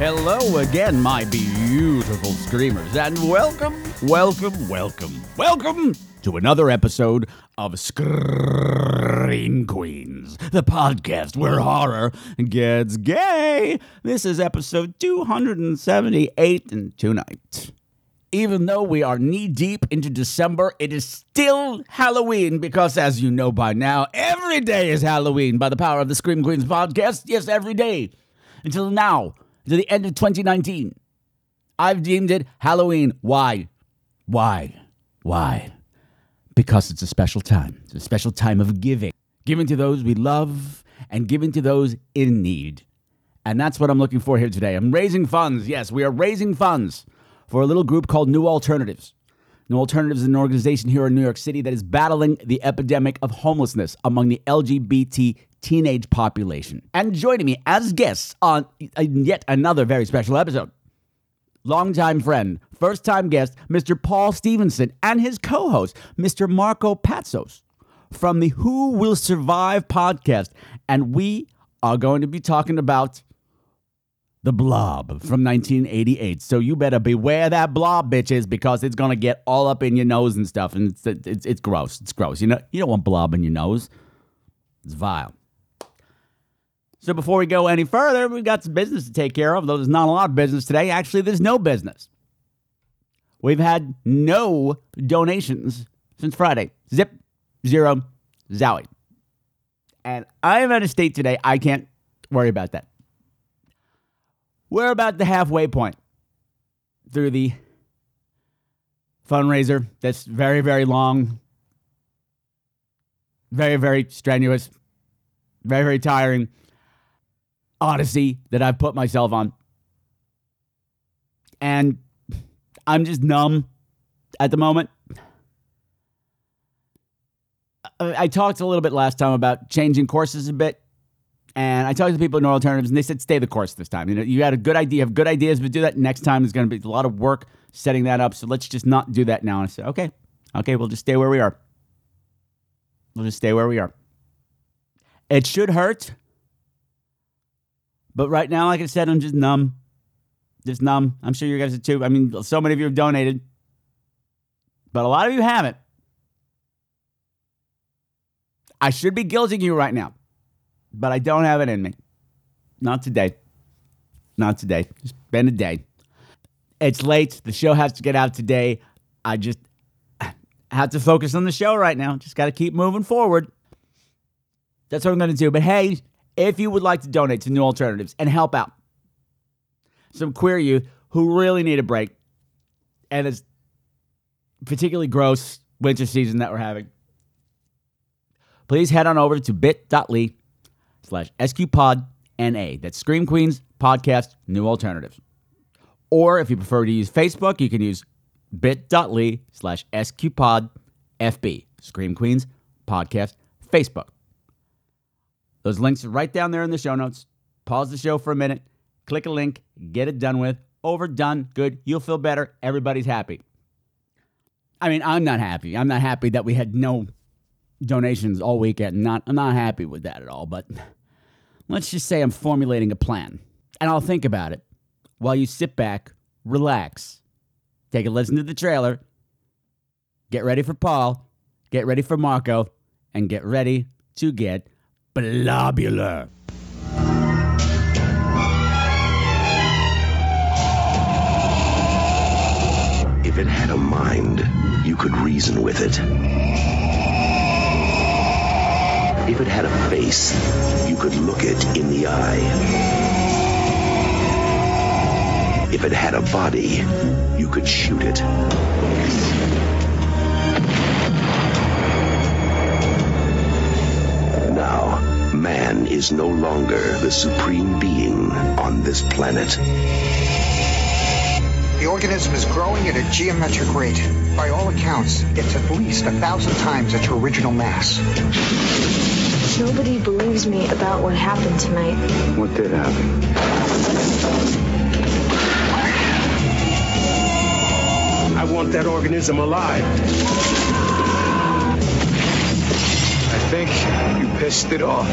Hello again, my beautiful screamers, and welcome, welcome, welcome, welcome to another episode of Scream Queens, the podcast where horror gets gay. This is episode 278 and tonight. Even though we are knee deep into December, it is still Halloween because, as you know by now, every day is Halloween by the power of the Scream Queens podcast. Yes, every day until now, to the end of 2019. I've deemed it Halloween. Why? Why? Why? Because it's a special time. It's a special time of giving, giving to those we love and giving to those in need. And that's what I'm looking for here today. I'm raising funds. Yes, we are raising funds for a little group called New Alternatives. New Alternatives is an organization here in New York City that is battling the epidemic of homelessness among the LGBT teenage population. And joining me as guests on uh, yet another very special episode longtime friend, first time guest, Mr. Paul Stevenson, and his co host, Mr. Marco Patsos from the Who Will Survive podcast. And we are going to be talking about the Blob from 1988. So you better beware that blob, bitches, because it's gonna get all up in your nose and stuff, and it's it's, it's gross. It's gross. You know you don't want blob in your nose. It's vile. So before we go any further, we've got some business to take care of, though there's not a lot of business today. Actually, there's no business. We've had no donations since Friday. Zip, zero, zowie. And I'm out of state today. I can't worry about that. We're about the halfway point through the fundraiser that's very, very long, very, very strenuous, very, very tiring odyssey that I've put myself on. And I'm just numb at the moment. I I talked a little bit last time about changing courses a bit. And I talked to people in alternatives, and they said, stay the course this time. You know, you had a good idea, have good ideas, but do that next time. There's going to be a lot of work setting that up. So let's just not do that now. And I said, okay, okay, we'll just stay where we are. We'll just stay where we are. It should hurt, but right now, like I said, I'm just numb. Just numb. I'm sure you guys are too. I mean, so many of you have donated, but a lot of you haven't. I should be guilting you right now, but I don't have it in me. Not today. Not today. It's been a day. It's late. The show has to get out today. I just have to focus on the show right now. Just got to keep moving forward. That's what I'm going to do. But hey, if you would like to donate to New Alternatives and help out some queer youth who really need a break, and it's particularly gross winter season that we're having, please head on over to bit.ly slash sqpodna. That's Scream Queens Podcast New Alternatives. Or if you prefer to use Facebook, you can use bit.ly slash sqpodfb, Scream Queens Podcast Facebook. Those links are right down there in the show notes. Pause the show for a minute, click a link, get it done with. Over, done, good. You'll feel better. Everybody's happy. I mean, I'm not happy. I'm not happy that we had no donations all weekend. Not, I'm not happy with that at all. But let's just say I'm formulating a plan, and I'll think about it while you sit back, relax, take a listen to the trailer, get ready for Paul, get ready for Marco, and get ready to get blobular. If it had a mind, you could reason with it. If it had a face, you could look it in the eye. If it had a body, you could shoot it. Now, man is no longer the supreme being on this planet. The organism is growing at a geometric rate. By all accounts, it's at least a thousand times its original mass. Nobody believes me about what happened tonight. What did happen? I want that organism alive. I think you pissed it off.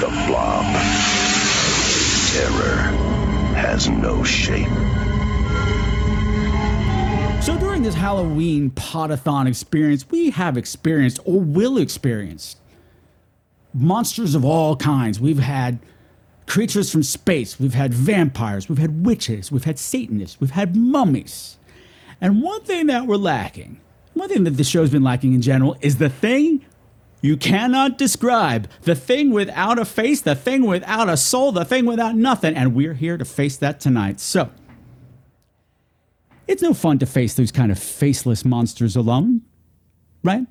The blob. Terror has no shape. So during this Halloween potathon experience, we have experienced or will experience monsters of all kinds. We've had creatures from space, we've had vampires, we've had witches, we've had Satanists, we've had mummies. And one thing that we're lacking, one thing that the show's been lacking in general, is the thing you cannot describe. The thing without a face, the thing without a soul, the thing without nothing. And we're here to face that tonight. So. It's no fun to face those kind of faceless monsters alone, right?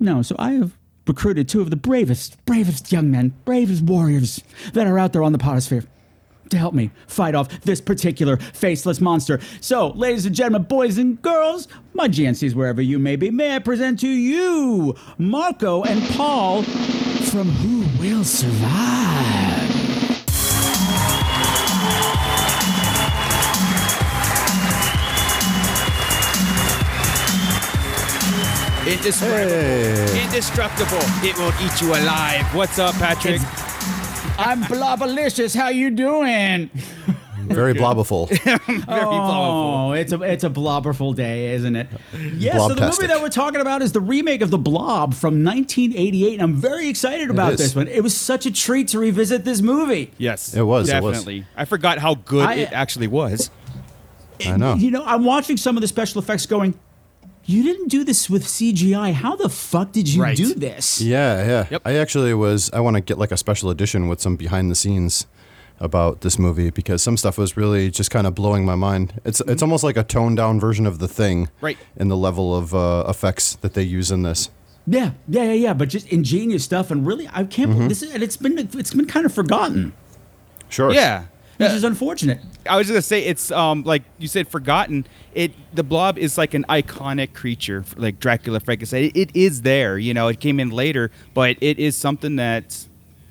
No, so I have recruited two of the bravest, bravest young men, bravest warriors that are out there on the potosphere to help me fight off this particular faceless monster. So, ladies and gentlemen, boys and girls, my GNCs, wherever you may be, may I present to you Marco and Paul from Who Will Survive? Indestructible. Indestructible. It won't eat you alive. What's up, Patrick? I'm Blobalicious. How you doing? Very blobful. Very flammable. Oh, it's a it's a blobberful day, isn't it? Yeah. So the movie Blobtastic. that we're talking about is the remake of The Blob from 1988, and I'm very excited about is. this one. It was such a treat to revisit this movie. Yes. It was, it was. Definitely. I forgot how good I- it actually was. I know. You know, I'm watching some of the special effects, going, "You didn't do this with CGI. How the fuck did you Right. do this?" Yeah, yeah. Yep. I actually was. I want to get like a special edition with some behind the scenes about this movie because some stuff was really just kind of blowing my mind. It's it's almost like a toned down version of the thing, Right. In the level of uh, effects that they use in this. Yeah, yeah, yeah, yeah. But just ingenious stuff, and really, I can't. Mm-hmm. believe This is, and it's been it's been kind of forgotten, Sure. Yeah. which is unfortunate. I was just gonna say it's um like you said forgotten. It the blob is like an iconic creature like Dracula, Frankenstein. It, it is there, you know. It came in later, but it is something that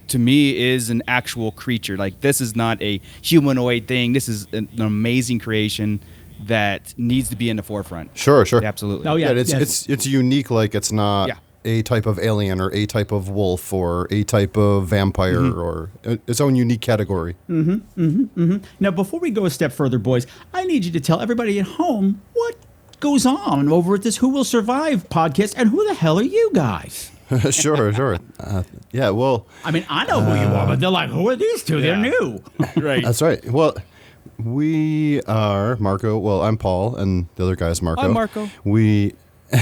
to me is an actual creature. Like this is not a humanoid thing. This is an, an amazing creation that needs to be in the forefront. Sure. Sure. Absolutely. Oh, yeah. Yeah. it's yes. it's it's unique. Like it's not. Yeah. A type of alien, or a type of wolf, or a type of vampire, or uh, its own unique category. Now, before we go a step further, boys, I need you to tell everybody at home what goes on over at this Who Will Survive podcast and who the hell are you guys? sure, sure. Uh, yeah, well, I mean, I know who you are, but they're like, who are these two? They're Yeah. new. Right. That's Uh, right. Well, we are Marco. Well, I'm Paul, and the other guy's Marco. I'm Marco. We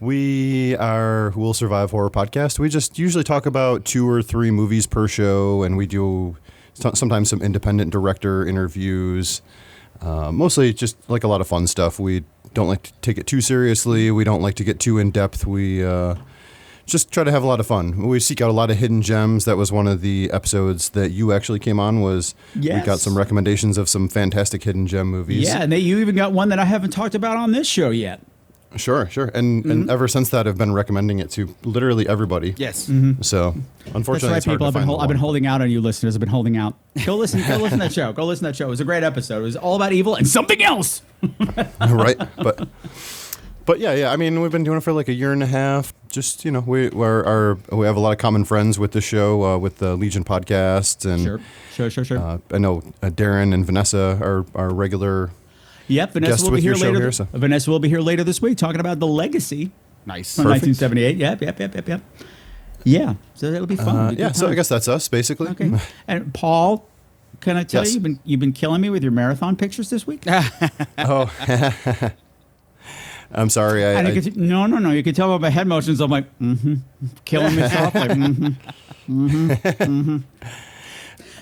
we are Who Will Survive Horror Podcast. We just usually talk about two or three movies per show, and we do so- sometimes some independent director interviews. Uh, mostly just like a lot of fun stuff. We don't like to take it too seriously. We don't like to get too in depth. We uh, just try to have a lot of fun. We seek out a lot of hidden gems. That was one of the episodes that you actually came on. Was we got Yes. some recommendations of some fantastic hidden gem movies. Yeah, and they, you even got one that I haven't talked about on this show yet. sure, sure. And Mm-hmm. and ever since that, I've been recommending it to literally everybody. Yes. So That's unfortunately, right, it's hard people. to I've been, find hol- the I've been one. holding out on you, listeners. I've been holding out. Go listen. Go listen to that show. Go listen to that show. It was a great episode. It was all about evil and something else. right? But but yeah, yeah. I mean, we've been doing it for like a year and a half. Just you know, we we're, are we have a lot of common friends with the show, uh, with the Legion podcast, and Sure, sure, sure, sure. Mm-hmm. uh, I know uh, Darren and Vanessa are are regular. yep, guest Vanessa will be with here your show later. here, so- Vanessa will be here later this week talking about the legacy Nice. from Perfect. 1978. Yep, yep, yep, yep, yep. Yeah, so that'll be fun. It'll Uh, be a yeah, good so I time. guess that's us basically. Okay. And Paul, can I tell Yes. you you've been you've been killing me with your marathon pictures this week? Oh. I'm sorry. I, and I I- could t- no, no, no. You can tell by my head motions. I'm like, mm-hmm, killing me softly. Mm-hmm, mm-hmm, mm-hmm.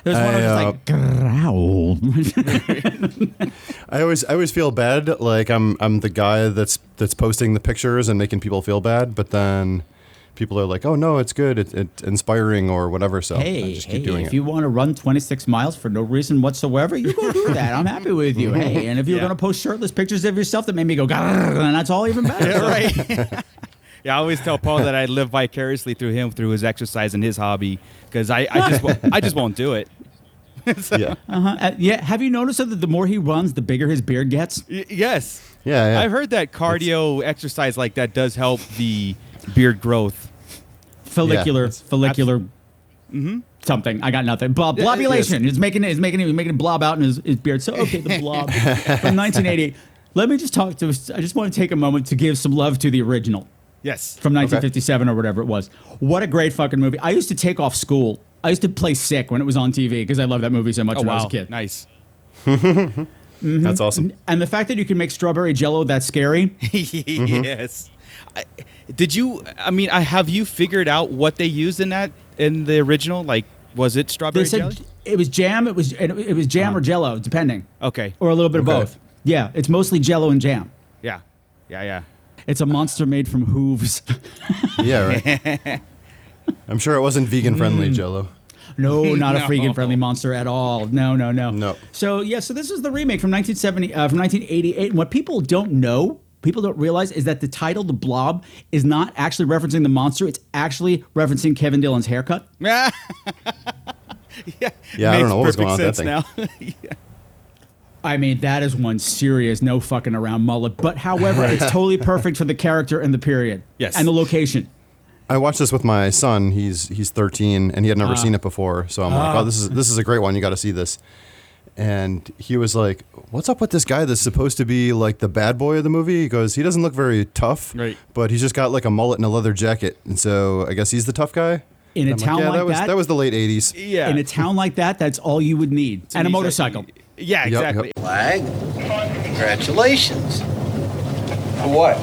There's one I, uh, of just like growl. I always I always feel bad like I'm I'm the guy that's that's posting the pictures and making people feel bad, but then people are like, "Oh no, it's good. It, it's inspiring or whatever." So Oh, I hey, just hey, keep doing if it. you want to run 26 miles for no reason whatsoever, you go do that. I'm happy with you. Hey, and if you're Yeah. gonna post shirtless pictures of yourself that made me go, "Grrr," and that's all even better. right. yeah, I always tell Paul that I live vicariously through him through his exercise and his hobby because I, I just won't, I just won't do it. yeah. Uh-huh. Uh, yeah. Have you noticed that the more he runs, the bigger his beard gets? Y- yes. Yeah, yeah. I've heard that cardio exercise like that does help the beard growth. Follicular, it's- Mm-hmm. follicular, something. I got nothing. Blob, Yeah, yeah, blobulation. It's making it. It's making it. It's making it blob out in his, his beard. So okay, the blob from 1980. Let me just talk to. I just want to take a moment to give some love to the original. Yes. from 1957 or whatever it was. What a great fucking movie! I used to take off school. I used to play sick when it was on TV because I loved that movie so much oh when wow. I was a kid. Nice. That's awesome. And the fact that you can make strawberry jello that scary, Mm-hmm. yes. I, did you? I mean, I have you figured out what they used in that in the original? Like, was it strawberry they said jelly? it was jam. It was it, it was jam or jello, depending, Uh-huh. Okay. or a little bit Okay. of both. Yeah, it's mostly jello and jam. Yeah. Yeah. Yeah. It's a monster made from hooves. Yeah, right. I'm sure it wasn't vegan Hmm. friendly, Jello. No, not a No. freaking friendly monster at all. No, no, no. No. So yeah, so this is the remake from 1970 uh, from 1988. And what people don't know, people don't realize, is that the title "The Blob" is not actually referencing the monster. It's actually referencing Kevin Dillon's haircut. yeah. Yeah, I don't know what was going on with that thing. Now. I mean, that is one serious no fucking around mullet. But however, it's totally perfect for the character and the period. Yes. And the location. I watched this with my son. He's he's 13 and he had never Ah. seen it before. So I'm like, "Oh, this is this is a great one. You got to see this." And he was like, "What's up with this guy that's supposed to be like the bad boy of the movie?" He goes, "He doesn't look very tough, Right. but he's just got like a mullet and a leather jacket, and so I guess he's the tough guy." In a I'm town yeah, like that was that- that was the late 80s. yeah. In a town like that, that's all you would need. and a He's like- motorcycle. yep. yeah. Exactly. Flag. Congratulations. What?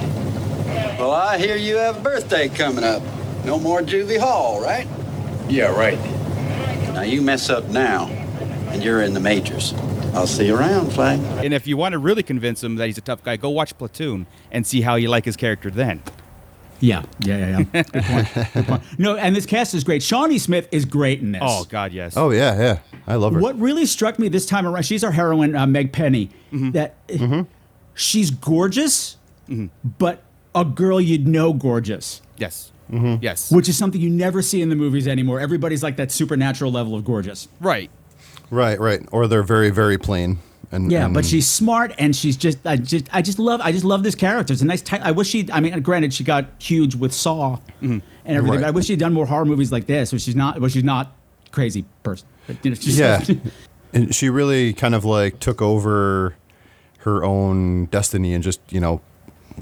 Well, I hear you have a birthday coming up. No more juvie hall, right? Yeah, right. Now you mess up now, and you're in the majors. I'll see you around, Flag. And if you want to really convince him that he's a tough guy, go watch Platoon and see how you like his character then. Yeah. Yeah, yeah, yeah. Good point. Good point. No, and this cast is great. Shawnee Smith is great in this. Oh God, yes. Oh yeah, yeah. I love her. What really struck me this time around, she's our heroine, uh, Meg Penny. Mm-hmm. That she's gorgeous, but a girl you'd know gorgeous, yes, yes. which is something you never see in the movies anymore. Everybody's like that supernatural level of gorgeous. right. Right, right. Or they're very very plain. And Yeah, and- but she's smart and she's just I just I just love I just love this character. It's a nice ti- I wish she I mean granted she got huge with Saw and everything, Mm-hmm. Right. but I wish she'd done more horror movies like this. Where she's not where she's not crazy person. But, you know, she's- Yeah. and she really kind of like took over her own destiny and just, you know,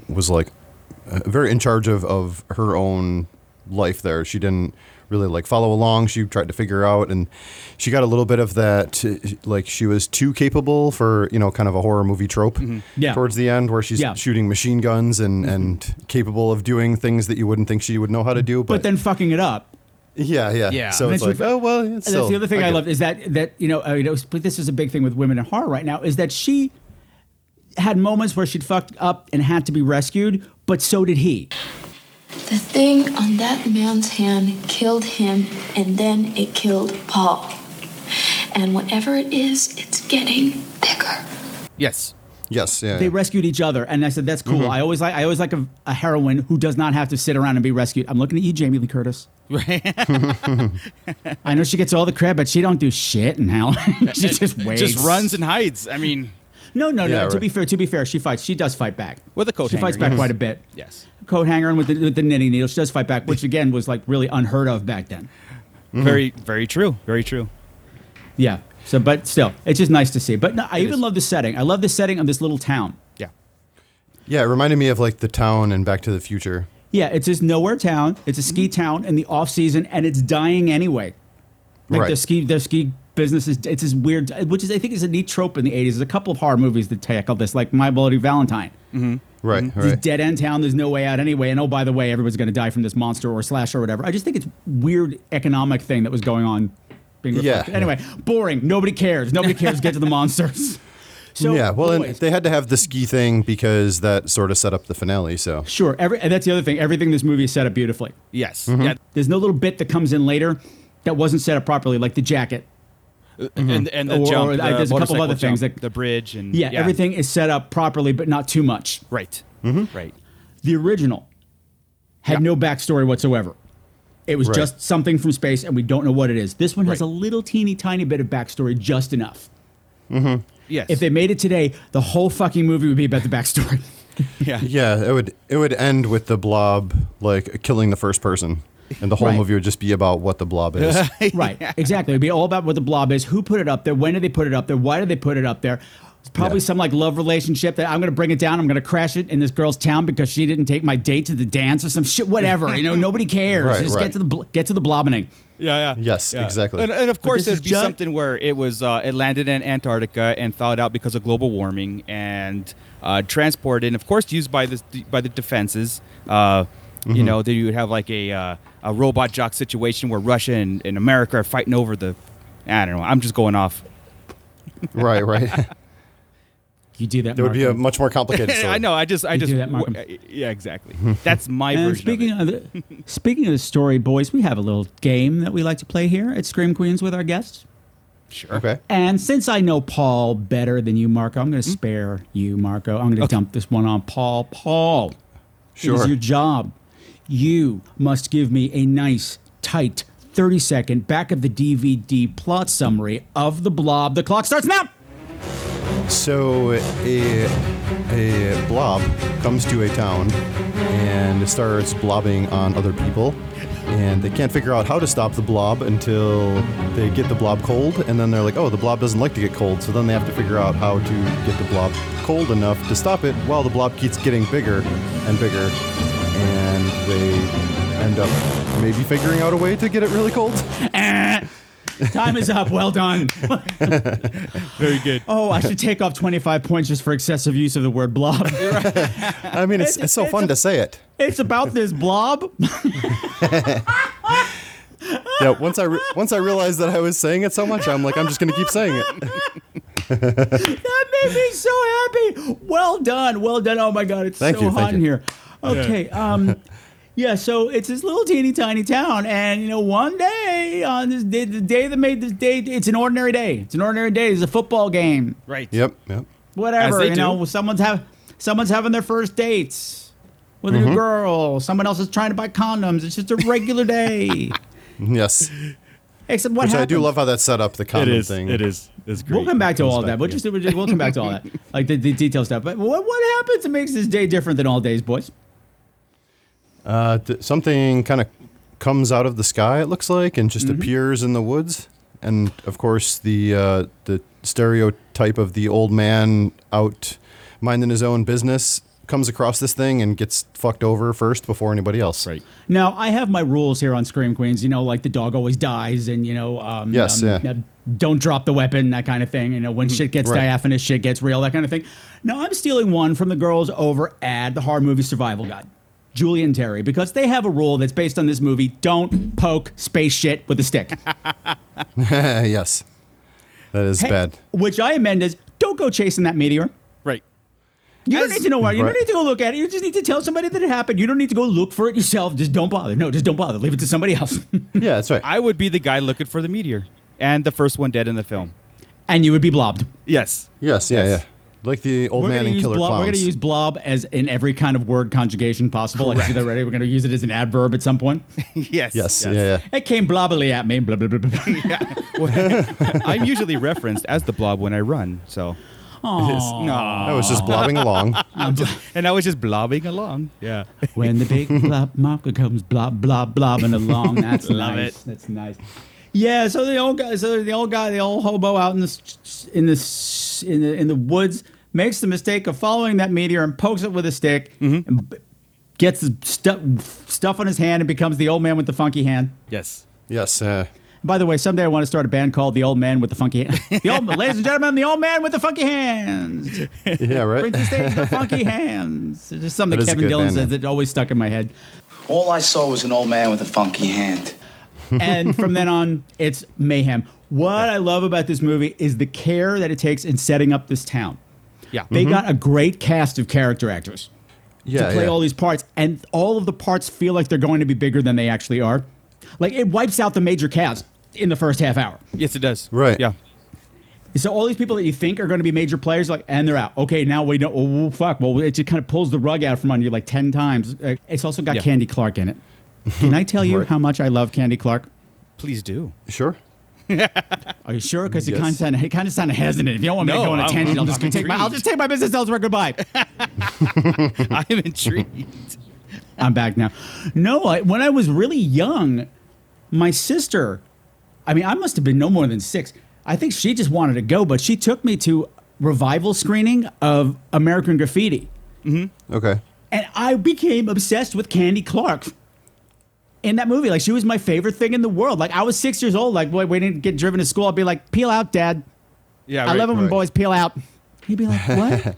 was like uh, very in charge of, of her own life there. She didn't really like follow along. She tried to figure out and she got a little bit of that uh, like she was too capable for, you know, kind of a horror movie trope Mm-hmm. Yeah. towards the end where she's Yeah. Mm-hmm. shooting machine guns and, and capable of doing things that you wouldn't think she would know how to do. But, but then fucking it up. yeah, yeah. Yeah. So And it's that's like, what- oh, well, it's And that's the still- other thing I, get love is that that you know, uh, you know, but this is a big thing with women in horror right now is that she had moments where she'd fucked up and had to be rescued, but so did he. The thing on that man's hand killed him, and then it killed Paul. And whatever it is, it's getting bigger. Yes. Yes, yeah. They yeah. rescued each other, and I said, "That's cool." I always like I always like a, a heroine who does not have to sit around and be rescued. I'm looking at you, Jamie Lee Curtis. I know she gets all the credit, but she don't do shit in hell. she just waits, Just runs and hides. I mean, No, no, no. Yeah, To right. be fair, to be fair, she fights. She does fight back With a coat She fights hanger, back yes. quite a bit. yes. coat hanger and with the, with the knitting needle. She does fight back, which again was like really unheard of back then. Very, very true. Very true. Yeah. So, but still, it's just nice to see. But no, I even is. love the setting. I love the setting of this little town. Yeah. Yeah, it reminded me of like the town and Back to the Future. Yeah, it's this nowhere town. It's a ski Mm-hmm. town in the off season, and it's dying anyway. Like Right. the ski, the ski business is it's this weird, which is I think is a neat trope in the '80s. There's a couple of horror movies that tackle this, like My Bloody Valentine. Right, This right. dead end town. There's no way out anyway. And oh, by the way, everyone's going to die from this monster or slash or whatever. I just think it's weird economic thing that was going on being Yeah, reflected. Anyway, boring. Nobody cares. Nobody cares. Get to the monsters. So yeah, well, and anyways, they had to have the ski thing because that sort of set up the finale. So sure. Every and that's the other thing. Everything in this movie is set up beautifully. Yes. Mhm. Yeah. There's no little bit that comes in later that wasn't set up properly, like the jacket. And and the Or- or jump. the I- there's a couple of motorcycle other things jump, that- the bridge and Yeah, everything is set up properly, but not too much. Right. Right. The original had no backstory whatsoever. It was Right. just something from space, and we don't know what it is. This one has Right. a little teeny tiny bit of backstory, just enough. Yes. If they made it today, the whole fucking movie would be about the backstory. yeah. yeah, it would it would end with the blob like killing the first person, and the whole Right. movie would just be about what the blob is. right, exactly. It'd be all about what the blob is, who put it up there, when did they put it up there, why did they put it up there. It's probably Yeah. some like love relationship that I'm going to bring it down, I'm going to crash it in this girl's town because she didn't take my date to the dance or some shit, whatever. you know, nobody cares. Right, Just right. get to the bl- get to the blobbing. Yeah, yeah. Yes, Yeah. exactly. And, and of But course, this there'd is be ju- something where it was uh, it landed in Antarctica and thawed out because of global warming and uh, transported, and of course used by the by the defenses. Uh, Mm-hmm. You know, that you would have like a uh, a robot jock situation where Russia and, and America are fighting over the. I don't know. I'm just going off. right, right. You do that. There would be a Marco. much more complicated. Story. I know. I just. I You just. do that, Markham. w- uh, yeah, exactly. That's my And version. speaking of of, the, speaking of the story, boys, we have a little game that we like to play here at Scream Queens with our guests. it. sure. Okay. And since I know Paul better than you, Marco, I'm Hmm? going to spare you, Marco. I'm going to dump this one on Paul. Paul, it Sure. is your job. You must give me a nice, tight, 30 second back of the DVD plot summary of The Blob. The clock starts now. So a a blob comes to a town and starts blobbing on other people, and they can't figure out how to stop the blob until they get the blob cold, and then they're like, oh, the blob doesn't like to get cold, so then they have to figure out how to get the blob cold enough to stop it while the blob keeps getting bigger and bigger, and they end up maybe figuring out a way to get it really cold. Eh. Time is up. Well done. Very good. Oh, I should take off 25 points just for excessive use of the word blob. I mean, it's, it's so fun to say it. It's about this blob. yeah, once I re- once I realized that I was saying it so much, I'm like, I'm just gonna keep saying it. That made me so happy. Well done. Well done. Oh my God, it's Thank so you, thank hot in you. here. Okay. Um, yeah. So it's this little teeny tiny town, and you know, one day on this day, the day that made this day, it's an ordinary day. It's an ordinary day. It's a football game. Right. Yep, yep. Whatever. As they you know, do. someone's have someone's having their first dates with Mm-hmm. a new girl. Someone else is trying to buy condoms. It's just a regular day. Yes, Except what which I happens? do love how that's set up. The It condom is. thing. It is. It's great. We'll come back to Comes all of back that. We'll again. just, we'll just we'll come back to all that, like the, the detail stuff. But what what happens that makes this day different than all days, boys? Uh, th- something kind of comes out of the sky. It looks like, and just appears in the woods. And of course, the uh, the stereotype of the old man out minding his own business comes across this thing and gets fucked over first before anybody else. Right. Now I have my rules here on Scream Queens. You know, like the dog always dies, and you know, um, Yes, um, yeah. Mm-hmm. uh, don't drop the weapon, that kind of thing. You know, when shit gets right. diaphanous, shit gets real, that kind of thing. Now I'm stealing one from the girls over at the horror movie Survival Guide, Julie and Terry, because they have a rule that's based on this movie: don't poke space shit with a stick. yes, that is bad. Which I amend as don't go chasing that meteor. Right. You don't As- need to know why. You Right. don't need to go look at it. You just need to tell somebody that it happened. You don't need to go look for it yourself. Just don't bother. No, just don't bother. Leave it to somebody else. Yeah, that's right. I would be the guy looking for the meteor and the first one dead in the film. and you would be blobbed. Yes. yes, yeah, Yes. yeah. Like the old We're man gonna and use killer blob. clowns. We're going to use blob as in every kind of word conjugation possible. Like I see that already. We're going to use it as an adverb at some point. yes. yes, yeah, yeah. It came blobbily at me. Blah, blah, blah, blah. I'm usually referenced as the blob when I run, so. I was just blobbing along. And I was just blobbing along. Yeah. when the big blob marker comes blob blob blobbing along. That's Love nice. it. That's nice. Yeah, so the old guy, so the old guy, the old hobo out in the s- in the s- in the in the woods makes the mistake of following that meteor and pokes it with a stick Mm-hmm. and b- gets the stu- stuff on his hand and becomes the old man with the funky hand. Yes. Yes, uh, By the way, someday I want to start a band called The Old Man with the Funky Hands. The old, ladies and gentlemen, The Old Man with the Funky Hands. yeah, right. Brings the stage The Funky Hands. It's just something That is a Kevin good Dillon band says name. that always stuck in my head. All I saw was an old man with a funky hand. and from then on, it's mayhem. What I love about this movie is the care that it takes in setting up this town. Yeah. They Mhm. Mm-hmm. got a great cast of character actors Yeah, to play yeah. all these parts, and all of the parts feel like they're going to be bigger than they actually are. Like it wipes out the major cast in the first half hour. Yes, it does. Right. Yeah. So all these people that you think are going to be major players, like, and they're out. Okay, now we know. Oh, fuck. Well, it just kind of pulls the rug out from under you like ten times. Uh, It's also got Yeah. Candy Clark in it. Can I tell you how much I love Candy Clark? Please do. Sure. Are you sure? Because it Yes. kind of sounded, it kind of sounded hesitant. If you don't want me No, to go on a I'm- tangent, I'll I'm- just I'm take my I'll just take my business elsewhere. Goodbye. I'm intrigued. I'm back now. No, I, when I was really young, my sister, I mean, I must have been no more than six. I think she just wanted to go, but she took me to revival screening of American Graffiti. Mm-hmm. Okay. And I became obsessed with Candy Clark in that movie. Like, she was my favorite thing in the world. Like, I was six years old. Like, boy, waiting to get driven to school, I'd be like, peel out, dad. Yeah, I right, love it when right. boys peel out. He'd be like, what?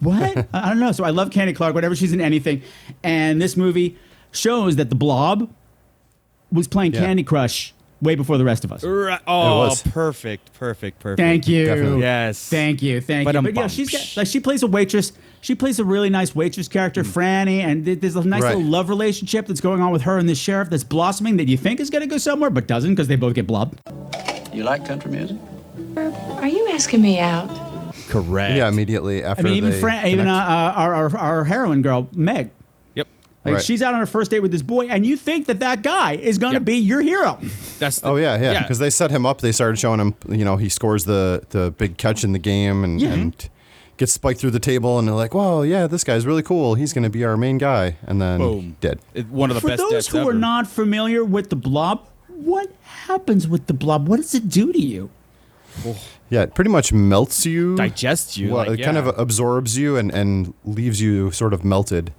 what? I I don't know. So I love Candy Clark, whenever she's in anything. And this movie shows that the blob was playing Yeah. Candy Crush way before the rest of us. Right. Oh, was. perfect, perfect, perfect. Thank you. Yes. Thank you. Thank you. Ba-dum-bum. But yeah, she's got, like she plays a waitress. She plays a really nice waitress character, Mm. Franny, and th- there's a nice Right. little love relationship that's going on with her and the sheriff that's blossoming that you think is going to go somewhere, but doesn't because they both get blobbed. You like country music? Are you asking me out? Correct. Yeah, immediately after. I mean, even they Fran, even uh, connect. uh, our, our our heroine girl, Meg. Yep. Like Right. she's out on her first date with this boy, and you think that that guy is going to be your hero. That's oh yeah, yeah. yeah. Because they set him up. They started showing him. You know, he scores the the big catch in the game and, Yeah. and gets spiked through the table, and they're like, "Whoa, yeah, this guy's really cool. He's going to be our main guy." And then Boom. dead. One of the For best those deaths who ever. are not familiar with the blob, what happens with the blob? What does it do to you? Yeah, it pretty much melts you, digests you, Well, like, it kind of yeah. absorbs you and and leaves you sort of melted.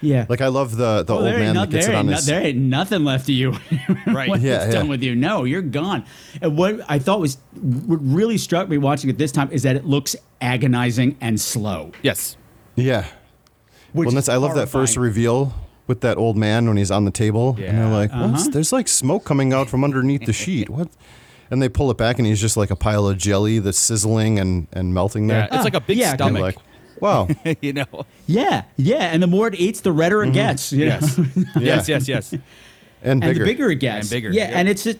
Yeah. Like I love the the Oh, old there ain't man no- that gets there it on ain't no- his. there ain't nothing left of you. right. when Yeah, it's yeah. done with you. No, you're gone. And what I thought was what really struck me watching it this time is that it looks agonizing and slow. Yes. Yeah. Which well, and that's, I love that first reveal with that old man when he's on the table, and they're like, Uh-huh. "What's- "There's like smoke coming out from underneath the sheet." What? And they pull it back, and he's just like a pile of jelly that's sizzling and, and melting there. Yeah, it's like a big And you're stomach. Like, wow. you know. Yeah, yeah. And the more it eats, the redder Mm-hmm. it gets. you Yes. know? yes. Yes. Yes. And the bigger it gets. And bigger. Yeah, Yep. and it's just,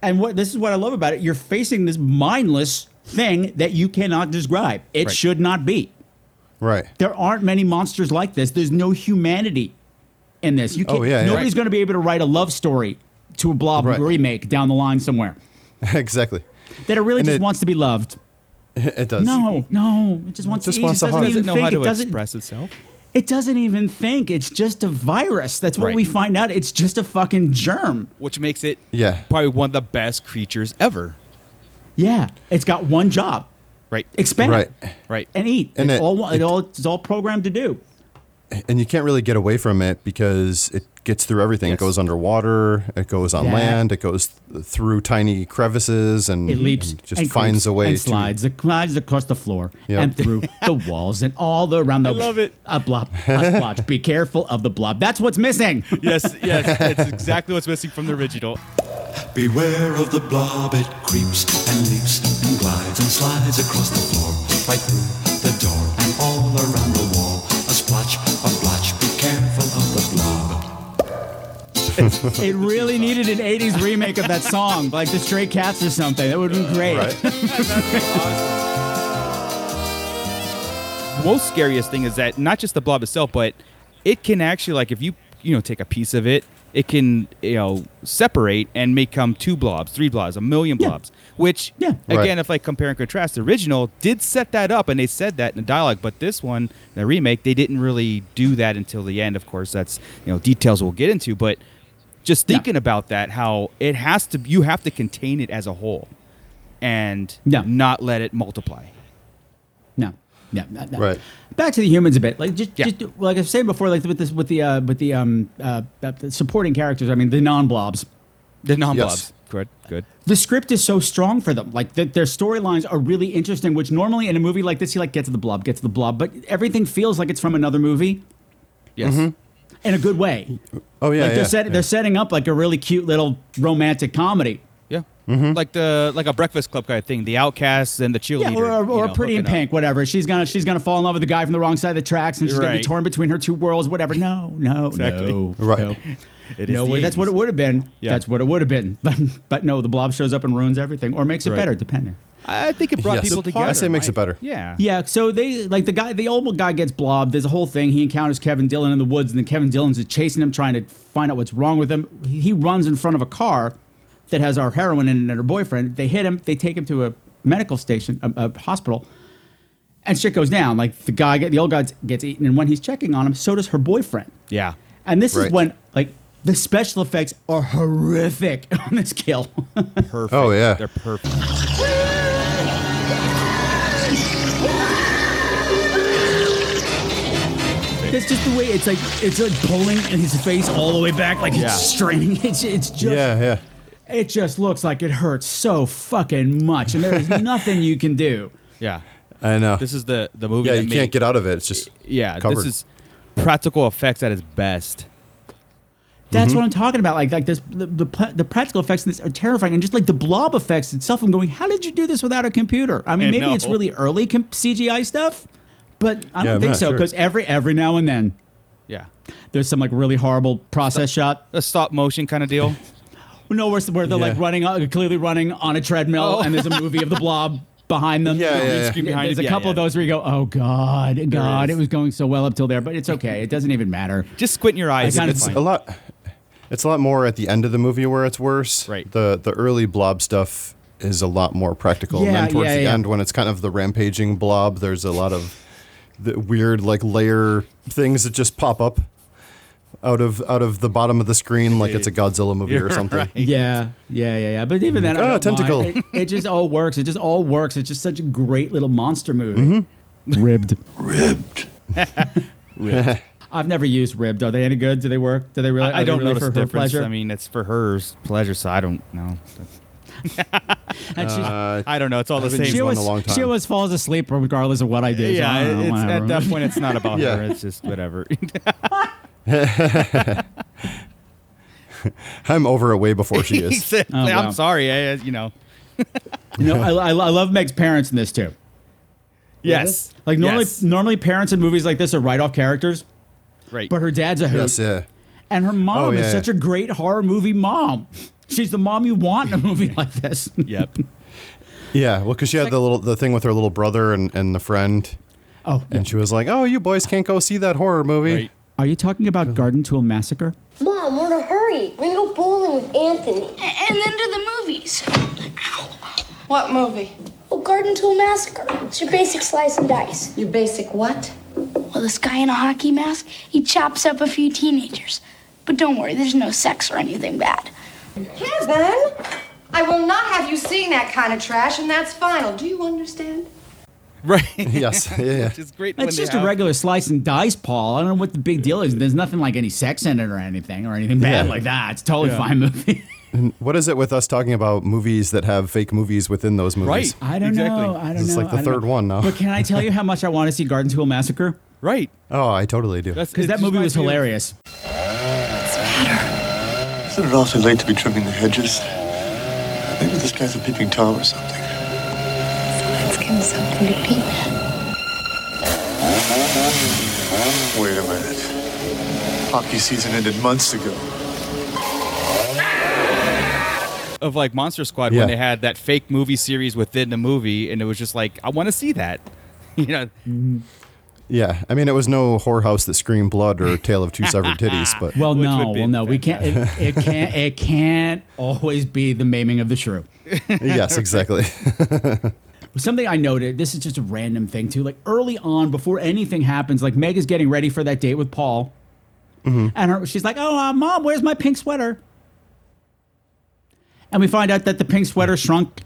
and what this is what I love about it. You're facing this mindless thing that you cannot describe. It Right. should not be. Right. There aren't many monsters like this. There's no humanity in this. You can't, Oh, yeah, yeah. nobody's going to be able to write a love story to a blob Right. remake down the line somewhere exactly. that it really And just it- wants to be loved. It does. No, no, it just wants Just to eat. wants to it doesn't hug. even Doesn't know think. how to it doesn't express itself. It doesn't even think. It's just a virus. That's what Right. we find out. It's just a fucking germ. Which makes it yeah probably one of the best creatures ever. Yeah, it's got one job. Right. Expand. Right. Right. And eat. And it's it- all one- it all it's all programmed to do. and you can't really get away from it because it gets through everything. It goes underwater, it goes on Yeah. land, it goes th- through tiny crevices, and It leaps, and Mm-hmm. just and finds creeps a way and to- slides, it slides across the floor Yep. and through the walls and all around the. I love it. A blob, a splotch. Be careful of the blob. That's what's missing. Yes. Yes. That's exactly what's missing from the original. Beware of the blob, it creeps and leaps and glides and slides across the floor, right through the door and all around the wall. A splotch, a blotch, be careful of the blob. it really needed an '80s remake of that song, like the Stray Cats or something. That would have Uh, been great. most scariest thing is that not just the blob itself, but it can actually like if you you know take a piece of it, it can you know separate and become two blobs, three blobs, a million blobs. Which yeah. Right. again, if like compare and contrast, the original did set that up and they said that in the dialogue, but this one, the remake, they didn't really do that until the end. Of course, that's you know details we'll get into, but just thinking about that, how it has to you have to contain it as a whole and not let it multiply. No, no, no, no. Right. Back to the humans a bit, like just, just like I've said before, like with this, with the, uh, with the, um, uh, uh, the supporting characters. I mean, the non-blobs. The non-blobs. Good, good. The script is so strong for them. Like the, their storylines are really interesting. Which normally in a movie like this, you like get to the blob, get to the blob, but everything feels like it's from another movie. Yes. in a good way. Oh yeah, like yeah, they're, set, they're setting up like a really cute little romantic comedy. Yeah, Mm-hmm. like the like a Breakfast Club kind of thing. The outcasts and the cheerleader. Yeah, or, or, you or know, pretty in hooking up. pink, whatever. She's gonna she's gonna fall in love with the guy from the wrong side of the tracks, and she's gonna be Right. torn between her two worlds, whatever. No, no, Exactly. no, Right. No, It is no the way. That's what it would have been. Yeah. That's what it would have been. But but no, the blob shows up and ruins everything, or makes it Right. better, depending. I think it brought Yes. people The together. part- I say it makes Mike. it better. Yeah. Yeah, so they like the guy, the old guy gets blobbed. There's a whole thing. He encounters Kevin Dillon in the woods, and then Kevin Dillon's is chasing him, trying to find out what's wrong with him. He he runs in front of a car that has our heroine in it and her boyfriend. They hit him. They take him to a medical station, a, a hospital, and shit goes down. Like the guy, get- the old guy gets eaten, and when he's checking on him, so does her boyfriend. Yeah. And this Right. is when like the special effects are horrific on this kill. Perfect. Oh, yeah. They're perfect. That's just the way it's like it's like pulling his face all the way back, like Yeah. it's straining. It's it's just Yeah, yeah. It just looks like it hurts so fucking much, and there is nothing you can do. Yeah. I know. This is the the movie. Yeah, that you made- can't get out of it. It's just Yeah, covered. this is practical effects at its best. That's Mhm. what I'm talking about. Like like this, the the, pla- the practical effects in this are terrifying, and just like the blob effects itself. I'm going, how did you do this without a computer? I mean, I maybe know. it's really early com- CGI stuff, but I Yeah, don't I'm think not so sure. because every every now and then Yeah, there's some like really horrible process shot. a stop motion kind of deal. No, where, where they're like Yeah. running, uh, clearly running on a treadmill, Oh. and there's a movie of the blob behind them. Yeah, yeah, Green yeah. screen behind There's it. a Yeah, couple of yeah. those where you go, "Oh God, God, is. it was going so well up till there, but it's okay. It doesn't even matter." Just squint your eyes. I kind it's a lot. It's a lot more at the end of the movie where it's worse. Right. The the early blob stuff is a lot more practical. and Yeah, then towards yeah, the yeah. end, when it's kind of the rampaging blob, there's a lot of the weird like layer things that just pop up out of out of the bottom of the screen, like it's a Godzilla movie or You're something. right. Yeah, yeah, yeah, yeah. But even then, I Oh, don't mind. tentacle. It, it just all works. It just all works. It's just such a great little monster movie. Ribbed. Ribbed. Ribbed. I've never used ribbed. Are they any good? Do they work? Do they really? I, I are they don't really notice for a her difference. pleasure. I mean, it's for hers pleasure, so I don't know. And she- Uh, I don't know. It's all the same. She always, she always falls asleep regardless of what I do. so yeah, I don't know, it's, at whatever. that point, it's not about Yeah. her. It's just whatever. I'm over it way before she is. Exactly. Oh, wow. I'm sorry. I, uh, you know. You know, I, I, I love Meg's parents in this too. Yes. Like normally, Yes. normally parents in movies like this are write-off characters, right? But her dad's a hoot, Yes, yeah. and her mom Oh, is yeah, such a great horror movie mom. She's the mom you want in a movie like this. Yep. Yeah, well, because she had the little the thing with her little brother and, and the friend. Oh, and she was like, "Oh, you boys can't go see that horror movie." Are you talking about Garden Tool Massacre? Mom, we're in a hurry. We're gonna go bowling with Anthony. And then to the movies. What movie? Well, Oh, Garden Tool Massacre. It's your basic slice and dice. Your basic what? Well, this guy in a hockey mask, he chops up a few teenagers. But don't worry, there's no sex or anything bad. Kevin, I will not have you seeing that kind of trash, and that's final. Do you understand? Right. yes. Yeah. yeah. It's great. It's just a regular slice and dice, Paul. I don't know what the big deal is. There's nothing like any sex in it or anything or anything bad Yeah. like that. It's a totally Yeah. fine movie. And what is it with us talking about movies that have fake movies within those movies? I don't know. I don't know. This is like the I don't third know. one now. But can I tell you how much I want to see Garden Tool Massacre? Right. Oh, I totally do. Because that movie was hilarious. Isn't it awfully late to be trimming the hedges? Maybe this guy's a peeping Tom or something. Let's give him something to eat. Wait a minute. Hockey season ended months ago. of like Monster Squad Yeah. when they had that fake movie series within the movie, and it was just like, I want to see that. you know, Yeah, I mean, it was no whorehouse that screamed blood or Tale of Two Severed Titties, but Well, no, well, no, we can't. It, it can't. It can't always be the maiming of the shrew. yes, exactly. Something I noted. This is just a random thing too. Like early on, before anything happens, like Meg is getting ready for that date with Paul, and her, she's like, "Oh, uh, mom, where's my pink sweater?" And we find out that the pink sweater shrunk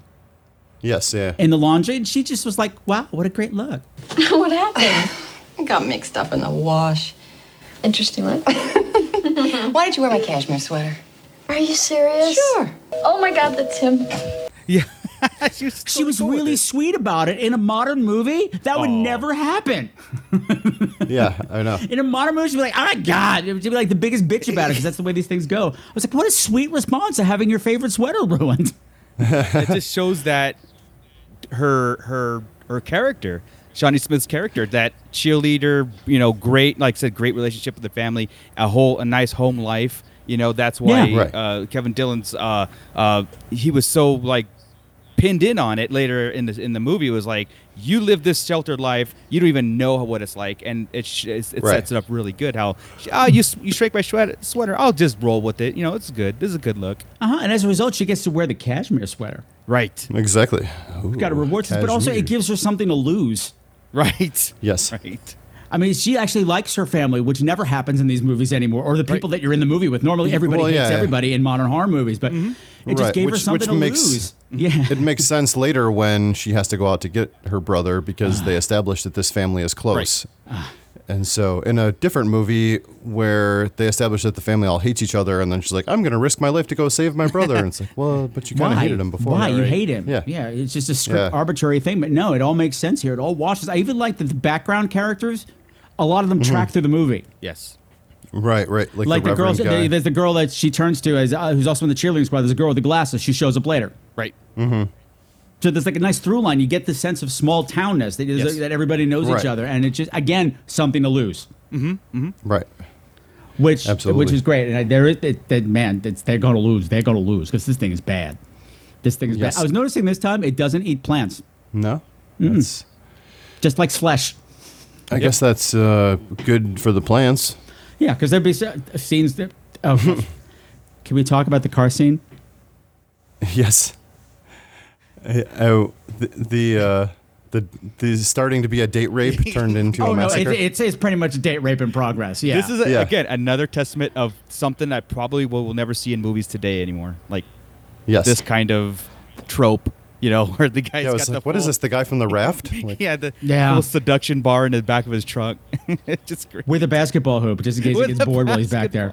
yes, yeah. in the laundry, and she just was like, "Wow, what a great look." what happened? I got mixed up in the wash. Interesting one. Why did you wear my cashmere sweater? Are you serious? Sure. Oh my god, that's him. she was, really sweet about it. In a modern movie, that would never happen. yeah, I know. In a modern movie, she'd be like, "Oh my god," she'd be like the biggest bitch about it because that's the way these things go. I was like, "What a sweet response to having your favorite sweater ruined." it just shows that her her her character, Shawnee Smith's character, that cheerleader, you know, great, like I said, great relationship with the family, a whole a nice home life. You know, that's why Yeah. Right. uh, Kevin Dillon's uh, uh, he was so like pinned in on it later in the in the movie was like you live this sheltered life you don't even know what it's like and it sh- it's- it Right. sets it up really good how oh you s- you shake my sweater sweater I'll just roll with it you know it's good this is a good look Uh huh. And as a result, she gets to wear the cashmere sweater. Right. Exactly. We've got to reward system, but also it gives her something to lose. Right. Yes. Right. I mean, she actually likes her family, which never happens in these movies anymore, or the people that you're in the movie with. Normally, everybody Well, hates yeah, yeah. everybody in modern horror movies, but it just Right, gave her which, something which to makes, lose. Yeah. It makes sense later when she has to go out to get her brother because Ah. they established that this family is close. And so, in a different movie where they establish that the family all hates each other, and then she's like, "I'm going to risk my life to go save my brother," and it's like, "Well, but you kind of Why? hated him before. Why you right?" hate him? Yeah, yeah. It's just a strict, Yeah. arbitrary thing, but no, it all makes sense here. It all washes. I even like that the background characters. A lot of Mm-hmm. them track through the movie. yes, right, right. Like, Like, the, girls, reverend guy. there's the girl that she turns to as uh, who's also in the cheerleading squad. There's a girl with the glasses. She shows up later. Right. Mm-hmm. So there's like a nice through line. You get the sense of small townness that, Yes. that everybody knows Right. each other, and it's just again something to lose. Mm-hmm. Mm-hmm. Right. Which Absolutely. which is great. And I- there is it, that man, it's, they're going to lose. They're going to lose because this thing is bad. This thing is Yes. bad. I was noticing this time it doesn't eat plants. No, it's just like Slash. I guess that's uh, good for the plants. Yeah, because there'd be se- scenes that. Oh, can we talk about the car scene? Yes. I, I- the the, uh, the the starting to be a date rape turned into a oh no, it, massacre. it's it's pretty much date rape in progress. Yeah, This is a, Yeah. again another testament of something that probably we'll, we'll never see in movies today anymore. Like Yes. this kind of trope, you know, where the guy's Yeah, I was got like, the "What is this? The guy from the raft?" Like, yeah, the Yeah. little seduction bar in the back of his trunk. it's just great. with a basketball hoop, just in case With he a gets bored while he's back there.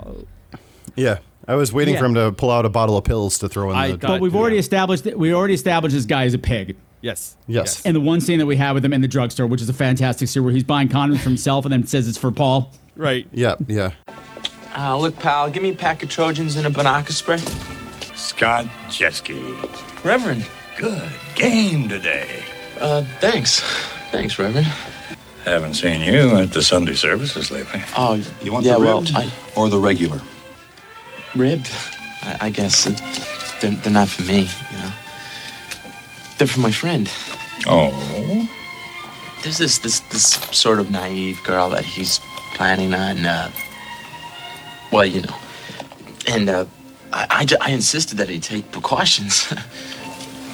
yeah. I was waiting for Yeah. him to pull out a bottle of pills to throw in the. but we've already established that we already established this guy is a pig. Yes. Yes. And the one scene that we have with him in the drugstore, which is a fantastic scene where he's buying condoms for himself and then says it's for Paul. Right. Yeah. Yeah. Uh, look, pal, give me a pack of Trojans and a Banaka spray. Scott Chesky. Reverend. Good game today. Uh, thanks. Thanks, Reverend. Haven't seen you at the Sunday services lately. Oh, You want yeah, the well, ribbed I, or the regular? ribbed? I, I guess. It, they're, they're not for me, you know. They're for my friend. Oh. There's this, this, this sort of naive girl that he's planning on, uh, well, you know. And, uh, I, I, ju- I insisted that he take precautions.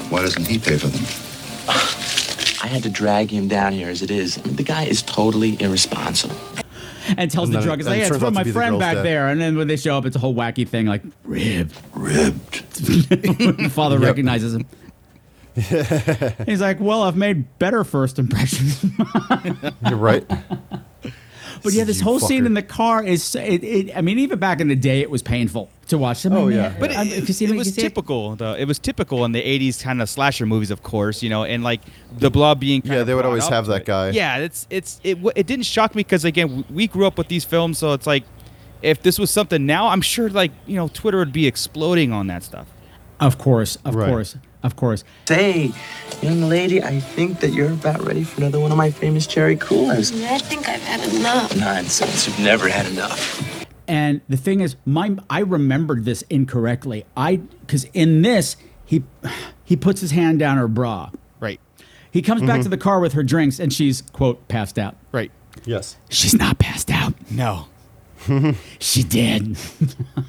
Why doesn't he pay for them? I had to drag him down here as it is. I mean, the guy is totally irresponsible. And tells And the then- druggist, then like, yeah, it it's turns for out to my be the friend girl's back dad. there. And then when they show up, it's a whole wacky thing like, ribbed. Ribbed. Father Yep. recognizes him. He's like, well, I've made better first impressions. You're right. But yeah, this You whole scene fucker. in the car is it, it. I mean, even back in the day, it was painful to watch. I mean, Oh, yeah. But I- it, Um, if you see it what you was see- typical. Though. It was typical in the '80s kind of slasher movies, of course, you know, and like the blob being. Yeah, they would always have that guy. Yeah, it's it's it. w- It didn't shock me because again, w- we grew up with these films, so it's like, if this was something now, I'm sure like you know, Twitter would be exploding on that stuff. Of course, of course, of course. Say, young lady, I think that you're about ready for another one of my famous cherry coolers. I think I've had enough. Nonsense. You've never had enough. And the thing is, my I remembered this incorrectly. I because in this he he puts his hand down her bra. Right. He comes back Mhm. Mm-hmm. to the car with her drinks, and she's quote passed out. Right. Yes. She's not passed out. No. she did.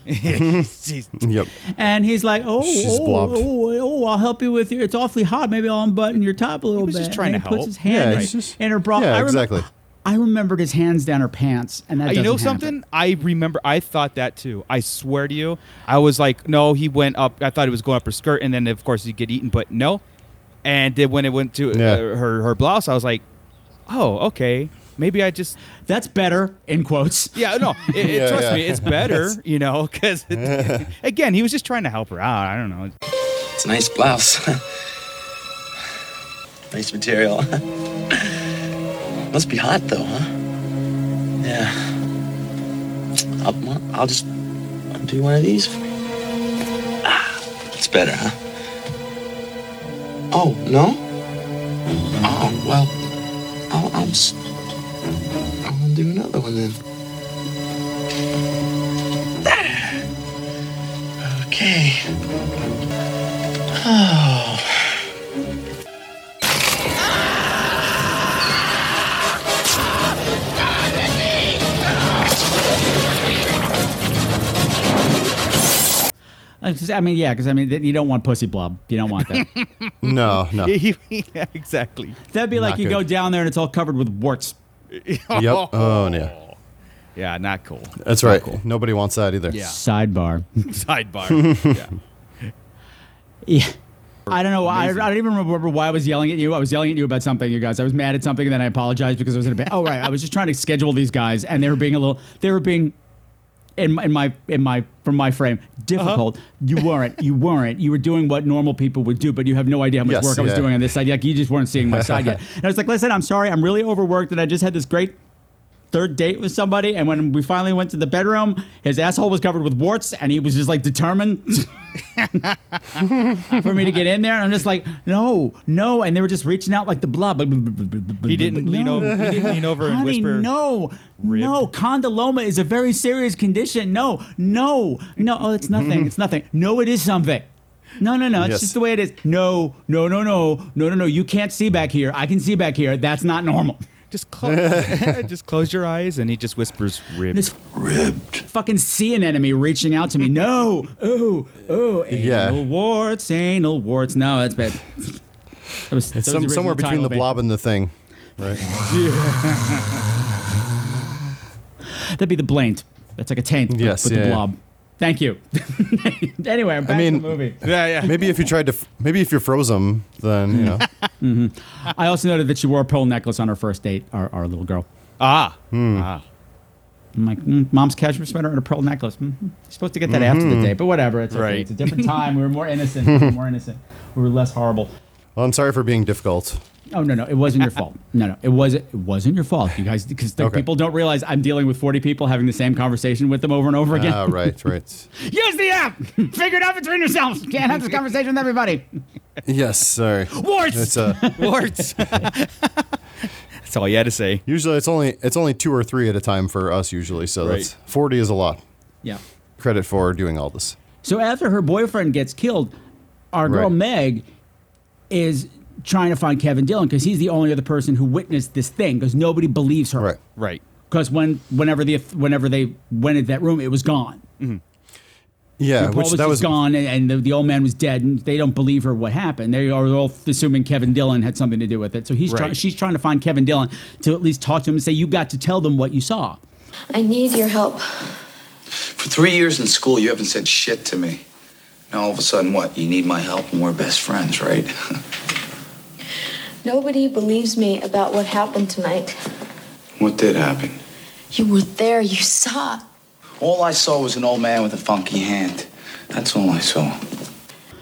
Yep. And he's like, oh, She's oh, blobbed. oh, oh, I'll help you with your. It's awfully hot. Maybe I'll unbutton your top a little was bit. just trying And to he help. Puts his hand Yeah, right he's just- in her bra. Yeah, I remem- exactly. Uh, I remembered his hands down her pants, and that you know doesn't happen. something? I remember. I thought that too. I swear to you, I was like, no, he went up. I thought he was going up her skirt, and then of course he get eaten, but no. And then when it went to uh, Yeah. her her blouse, I was like, oh, okay, maybe I just that's better in quotes. Yeah, no, it, it- Yeah, trust yeah. me, it's better, you know, because again, he was just trying to help her out. I don't know. It's a nice blouse. Nice material. Must be hot though, huh? Yeah. I'll, well, I'll just I'll do one of these. Ah, it's better, huh? Oh no. Oh well. I'll I'll, just, I'll do another one then. Ah, Okay. Oh. I just- I mean, yeah, because I mean, th- you don't want pussy blob. You don't want that. No, no. yeah, exactly. That'd be like Not you go good. down there and it's all covered with warts. Yep. Oh, yeah. Yeah, not cool. That's right. Nobody wants that either. Yeah. Sidebar. Sidebar. yeah. Yeah. I don't know. why- I, I Amazing. don't even remember why I was yelling at you. I was yelling at you about something, you guys. I was mad at something, and then I apologized because I was in a bad. Oh right, I was just trying to schedule these guys, and they were being a little. They were being, in my in my, in my from my frame, difficult. Uh-huh. You weren't. You weren't. You were doing what normal people would do, but you have no idea how much Yes, work I was yeah. doing on this side. Like you just weren't seeing my side yet. And I was like, listen, I'm sorry. I'm really overworked, and I just had this great third date with somebody. And when we finally went to the bedroom, his asshole was covered with warts, and he was just like determined. for me to get in there. And I'm just like, no, no. And they were just reaching out like the blob. He didn't lean over- he didn't lean over and whisper, No, no. Condyloma is a very serious condition. No, no, no. Oh, it's nothing. it's nothing. No, it is something. No, no, no. It's Yes. just the way it is. No, no, no, no, no, no, no. You can't see back here. I can see back here. That's not normal. Just close. just close your eyes, and he just whispers rib. This fucking sea anemone reaching out to me. No, oh, oh, Yeah. anal warts, anal warts. No, that's bad. That was, that was It's some, original somewhere between title the band. blob and the thing. Right. That'd be the blaint. That's like a taint. but- Yes, but yeah, the yeah. blob. Thank you. anyway, I'm back I mean, to the movie. Maybe if you tried to, f- maybe if you froze them, then you know. Mhm. I also noted that she wore a pearl necklace on her first date. Our, our little girl. Ah. Hmm. Ah. I'm like, mm, mom's cashmere sweater and a pearl necklace. hmm You're supposed to get that after the Mhm. date, but whatever. It's okay. Right. It's a different time. We were more innocent. We were more innocent. We were less horrible. Well, I'm sorry for being difficult. Oh no, no, it wasn't your fault. No, no, it wasn't. It wasn't your fault, you guys, because the Okay. people don't realize I'm dealing with 40 people having the same conversation with them over and over again. Ah, right, right. Use the app. Figure it out between yourselves. Can't have this conversation with everybody. yes, sorry. Warts! It's, uh, Warts. That's all you had to say. Usually, it's only it's only two or three at a time for us. Usually, so Right. that's forty is a lot. Yeah. Credit for doing all this. So after her boyfriend gets killed, our girl Right. Meg is trying to find Kevin Dillon because he's the only other person who witnessed this thing because nobody believes her. Right. Right. Because when whenever the whenever they went into that room, it was gone. Yeah, RuPaul which was that just was gone, and, and the, the old man was dead, and they don't believe her. What happened? They are all assuming Kevin Dillon had something to do with it. So he's trying. Right. She's trying to find Kevin Dillon to at least talk to him and say, "You got to tell them what you saw." I need your help. For three years in school, you haven't said shit to me. Now all of a sudden, what? You need my help and we're best friends, right? Nobody believes me about what happened tonight. what did happen? You were there. You saw. All I saw was an old man with a funky hand. That's all I saw.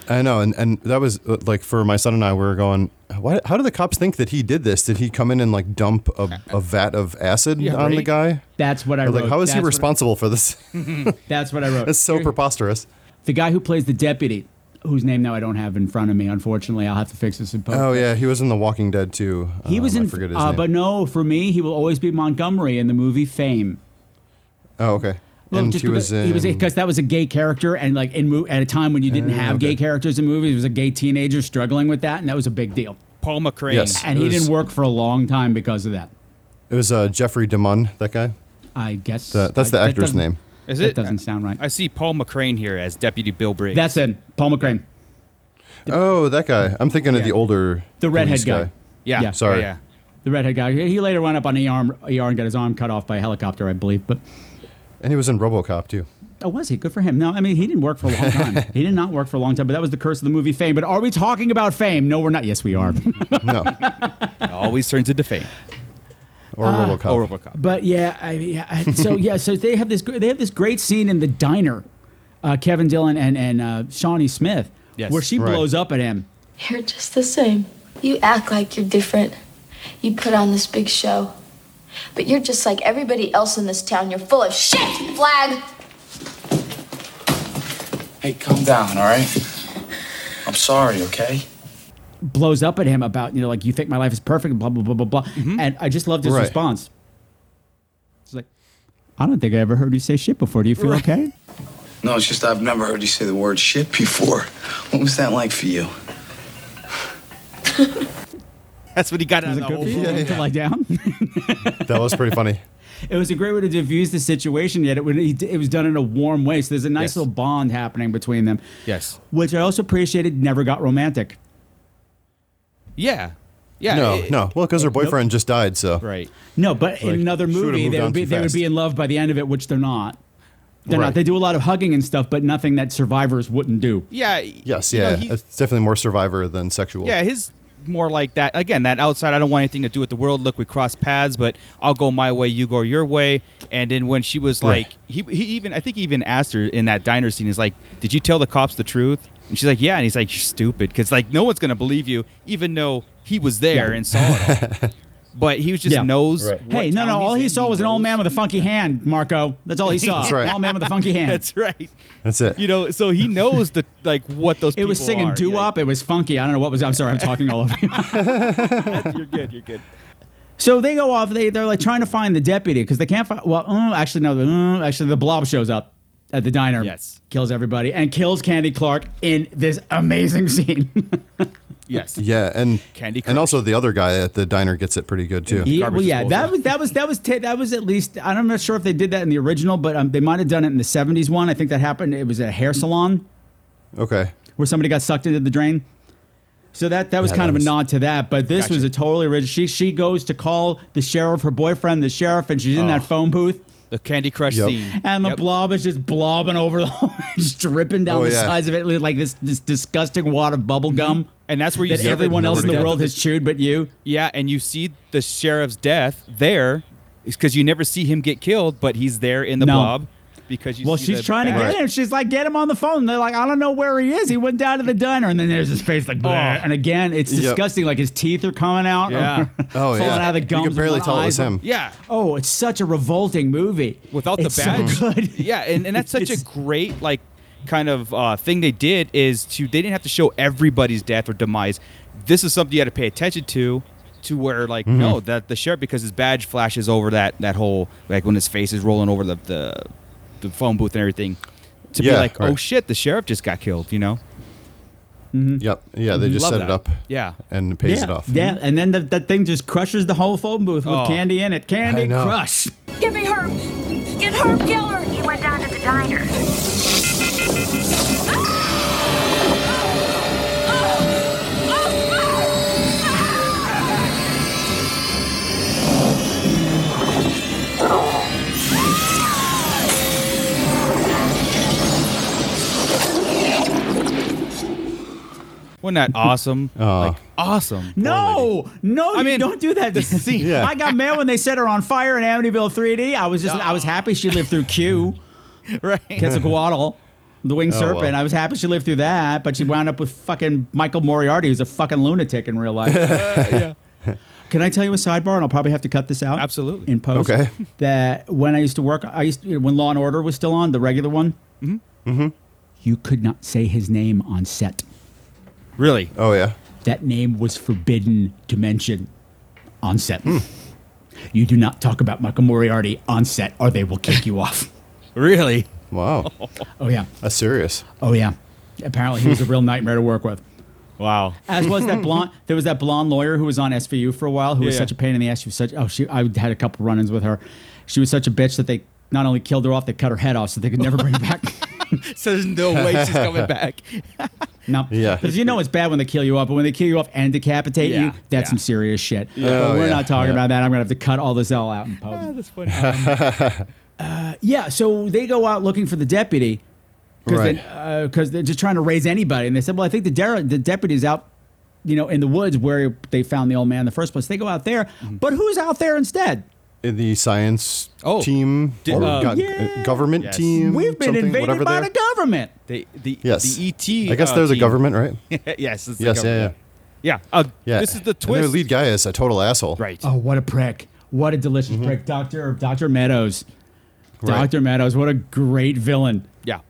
I know, and and that was uh, like for my son and I, we were going. Why, how do the cops think that he did this? Did he come in and like dump a, a vat of acid Yeah, on the right. guy? That's what I Like, wrote. how is he That's what- responsible for this? That's what I wrote. That's so preposterous. The guy who plays the deputy, whose name now I don't have in front of me, unfortunately, I'll have to fix this in post. Oh yeah, he was in The Walking Dead too. He was Um, I in, forget his uh, name. but no, for me, he will always be Montgomery in the movie Fame. oh okay. and just he was in. Oh, he was because that was a gay character, and like in mo- at a time when you didn't have gay characters in movies, it was a gay teenager struggling with that, and that was a big deal. Paul McCrane. Yes, and it he was- didn't work for a long time because of that. it was uh, Jeffrey DeMunn, that guy. I guess That- that's the I- that actor's doesn't- name. Is that it? doesn't sound right. I see Paul McCrane here as Deputy Bill Briggs. That's it. Paul McCrane. Oh, that guy. I'm thinking of the older, The redhead police guy. Yeah. Yeah. Sorry. Yeah, The redhead guy. He later went up on ER, and- ER and got his arm cut off by a helicopter, I believe. But and he was in RoboCop too. oh, was he? Good for him. No, I mean he didn't work for a long time. he did not work for a long time. But that was the curse of the movie Fame. But are we talking about Fame? No, we're not. Yes, we are. no. It always turns into fame. Or Ah. RoboCop. Or RoboCop. But yeah, I, yeah I- so yeah, so they have this gr- they have this great scene in the diner, uh, Kevin Dillon and and uh, Shawnee Smith, Yes. where she Right. blows up at him. You're just the same. You act like you're different. You put on this big show. But you're just like everybody else in this town. You're full of shit, Flag! Hey, calm down, all right? I'm sorry, okay? blows up at him about you know like you think my life is perfect blah blah blah blah blah Mm-hmm. and i just loved his Right. response it's like i don't think i ever heard you say shit before do you feel okay No, it's just I've never heard you say the word shit before. What was that like for you? That's what he got out of the whole you? thing. To lie down? That was pretty funny. it was a great way to diffuse the situation yet it, would, it was done in a warm way so there's a nice Yes. little bond happening between them Yes. which i also appreciated never got romantic Yeah. Yeah. no, it- no. Well, because her boyfriend just died, so. Right. no but Like, in another she would've movie moved they on would, be, too they would fast. be in love by the end of it which they're not they're Right. not they do a lot of hugging and stuff but nothing that survivors wouldn't do Yeah. Yes, you know, yeah. he- it's definitely more survivor than sexual. Yeah, his more like that. Again, that outside, I don't want anything to do with the world. Look, we cross paths, but I'll go my way, you go your way. And then when she was Right. like, he, he even, I think he even asked her in that diner scene, he's like, Did you tell the cops the truth? And she's like, Yeah. And he's like, You're stupid. Because, like, no one's going to believe you, even though he was there Yeah. and saw it all. But he was just knows. what Hey, no, no. town All he's he in, saw was an old man with a funky hand, Marco. That's all he saw. That's right. Old man with a funky hand. That's right. That's it. You know, so he knows the like what those. It was people singing are. doo wop. It was funky. I don't know what was. I'm sorry. I'm talking all over you. You're good. You're good. So they go off. They they're like trying to find the deputy because they can't find. Well, mm, actually no. mm, actually, the blob shows up at the diner. Yes. Kills everybody and kills Candy Clark in this amazing scene. Yes. Yeah, and Candy and also the other guy at the diner gets it pretty good too. Yeah, well, yeah, that was that was that was ta- that was at least. I'm not sure if they did that in the original, but um, they might have done it in the '70s one. I think that happened. It was at a hair salon. okay. where somebody got sucked into the drain. So that that was Yeah, kind that of was- a nod to that, but this Gotcha. was a totally original. She she goes to call the sheriff, her boyfriend, the sheriff, and she's in that phone booth, The Candy Crush Yep. scene. and the blob is just blobbing over the whole, just dripping down Oh, the yeah. sides of it like this this disgusting wad of bubble gum. And that's where you that see everyone else in the world has chewed, but you. Yeah, and you see the sheriff's death there, because you never see him get killed, but he's there in the No. blob because you. Well, see she's the trying to back- get him. She's like, get him on the phone. They're like, I don't know where he is. He went down to the diner, and then there's his face like, Oh. "Bleh." and again, it's Yep. disgusting. Like his teeth are coming out. Yeah. Oh, falling yeah. out of the You gums. can barely and tell it was eyes are- him. Yeah. Oh, it's such a revolting movie. without It's the so badge. good. yeah, and, and that's such a great like kind of uh, thing they did is to they didn't have to show everybody's death or demise. This is something you had to pay attention to, to where like Mm-hmm. Mhm. no that the sheriff because his badge flashes over that that whole like when his face is rolling over the the, the phone booth and everything to be Yeah, like oh right. shit the sheriff just got killed you know Yep. Yeah, they just Love set that. it up. Yeah. And pays Mm. yeah. it off. Yeah, and then the, that thing just crushes the whole phone booth with Oh. candy in it. I Candy know. Crush. Give me Herb! Get Herb Geller! He went down to the diner. wasn't that awesome Oh. Uh, like awesome No, no, you don't do that. Yeah. I got mad when they set her on fire in Amityville 3D. I was just, I was happy she lived through Q, right? Quetzalcoatl, the winged Oh, serpent. well. I was happy she lived through that, but she wound up with fucking Michael Moriarty, who's a fucking lunatic in real life. Can I tell you a sidebar? And I'll probably have to cut this out. Absolutely. In post. Okay. That when I used to work, I used to, when Law and Order was still on, the regular one. Mm-hmm. Mm-hmm. You could not say his name on set. Really? Oh yeah. That name was forbidden to mention on set. You do not talk about Michael Moriarty on set, or they will kick you off. Really? Wow. Oh yeah. That's serious. Oh yeah. Apparently, he was a real nightmare to work with. Wow. As was that blonde. There was that blonde lawyer who was on SVU for a while, who was Yeah. such a pain in the ass. She was such. Oh, she. I had a couple run-ins with her. She was such a bitch that they not only killed her off, they cut her head off, so they could never bring her back. so there's no way she's coming back. No. Yeah. Because you know it's bad when they kill you up, but when they kill you up and decapitate Yeah, you, that's yeah. some serious shit. Yeah. But Oh, we're yeah, not talking yeah. about that. I'm gonna have to cut all this all out in post. Ah, that's funny. Uh, yeah, so they go out looking for the deputy because Right. they're just trying to raise anybody. And they said, well, I think the, der- the deputy's out, you know, in the woods where they found the old man in the first place. They go out there, Mm-hmm. but who's out there instead? In the science Oh. team Di- or um, go- government Yes. team. We've Mm-hmm. been something, invaded whatever by they are. the government. They, the Yes. the ET. I guess uh, they're the team. government, right? Eh, yes. It's the yes. Yeah, government. yeah. Yeah. Uh, Yeah. This is the And their twist. lead guy is a total asshole. Right. Oh, what a prick. What a delicious prick. Dr. Dr. Meadows. Mm-hmm. Right. Dr. Meadows, what a great villain. Yeah.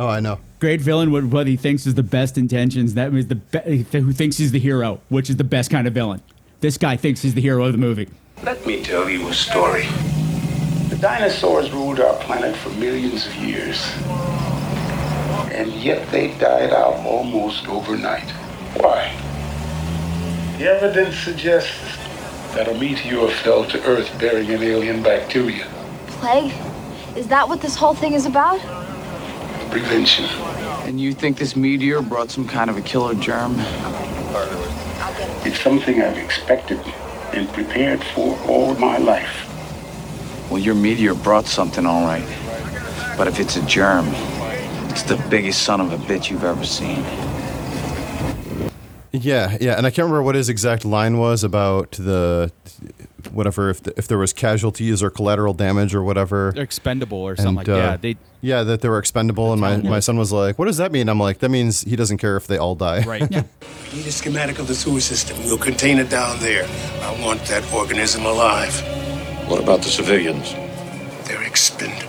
Oh, I know. Great villain with what he thinks is the best intentions. That means the be- who thinks he's the hero, which is the best kind of villain. This guy thinks he's the hero of the movie. Let me tell you a story. The dinosaurs ruled our planet for millions of years. And yet they died out almost overnight. Why? The evidence suggests that a meteor fell to Earth bearing an alien bacteria. Plague? Is that what this whole thing is about? Prevention. And you think this meteor brought some kind of a killer germ? It's something I've expected and prepared for all my life. Well, your meteor brought something, all right. But if it's a germ, it's the biggest son of a bitch you've ever seen. Yeah, yeah, and I can't remember what his exact line was about the whatever if the, if there was casualties or collateral damage or whatever. They're expendable or And, something like uh, that. Yeah, yeah, that they were expendable, and my, my son was like, "What does that mean?" I'm like, "That means he doesn't care if they all die." Right. Need a schematic of the sewer system. We'll contain it down there. I want that organism alive. What about the civilians? They're expendable.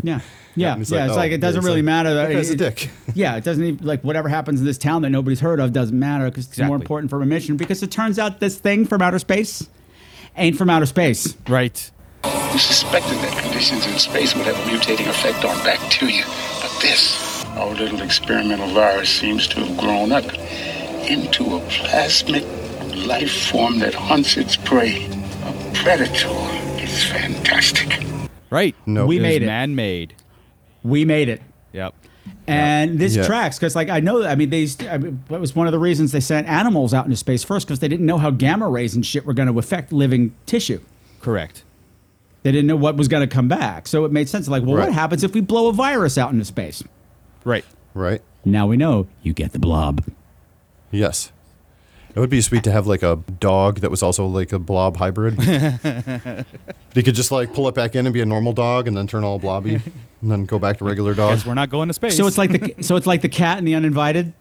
yeah. Yeah, yeah. and he's It's like, like, oh, it doesn't it's really like, matter. that It- guy's a it- dick. Yeah, it doesn't even, like whatever happens in this town that nobody's heard of doesn't matter because it's more Exactly. important for a mission. Because it turns out this thing from outer space ain't from outer space. Right. We suspected that conditions in space would have a mutating effect on bacteria, but this, our little experimental virus, seems to have grown up into a plasmic life form that hunts its prey. A predator. It's fantastic. Right. No, We made it. Man made. We made it. Yep. And this Yeah. tracks because, like, I know. I mean, they. st- I mean, that was one of the reasons they sent animals out into space first because they didn't know how gamma rays and shit were going to affect living tissue. Correct. They didn't know what was going to come back, so it made sense. Like, well, Right. what happens if we blow a virus out into space? Right. Right. Now we know you get the blob. Yes. It would be sweet to have like a dog that was also like a blob hybrid. you could just like pull it back in and be a normal dog, and then turn all blobby, and then go back to regular dog. Guess we're not going to space. So it's like the so it's like the cat and the uninvited.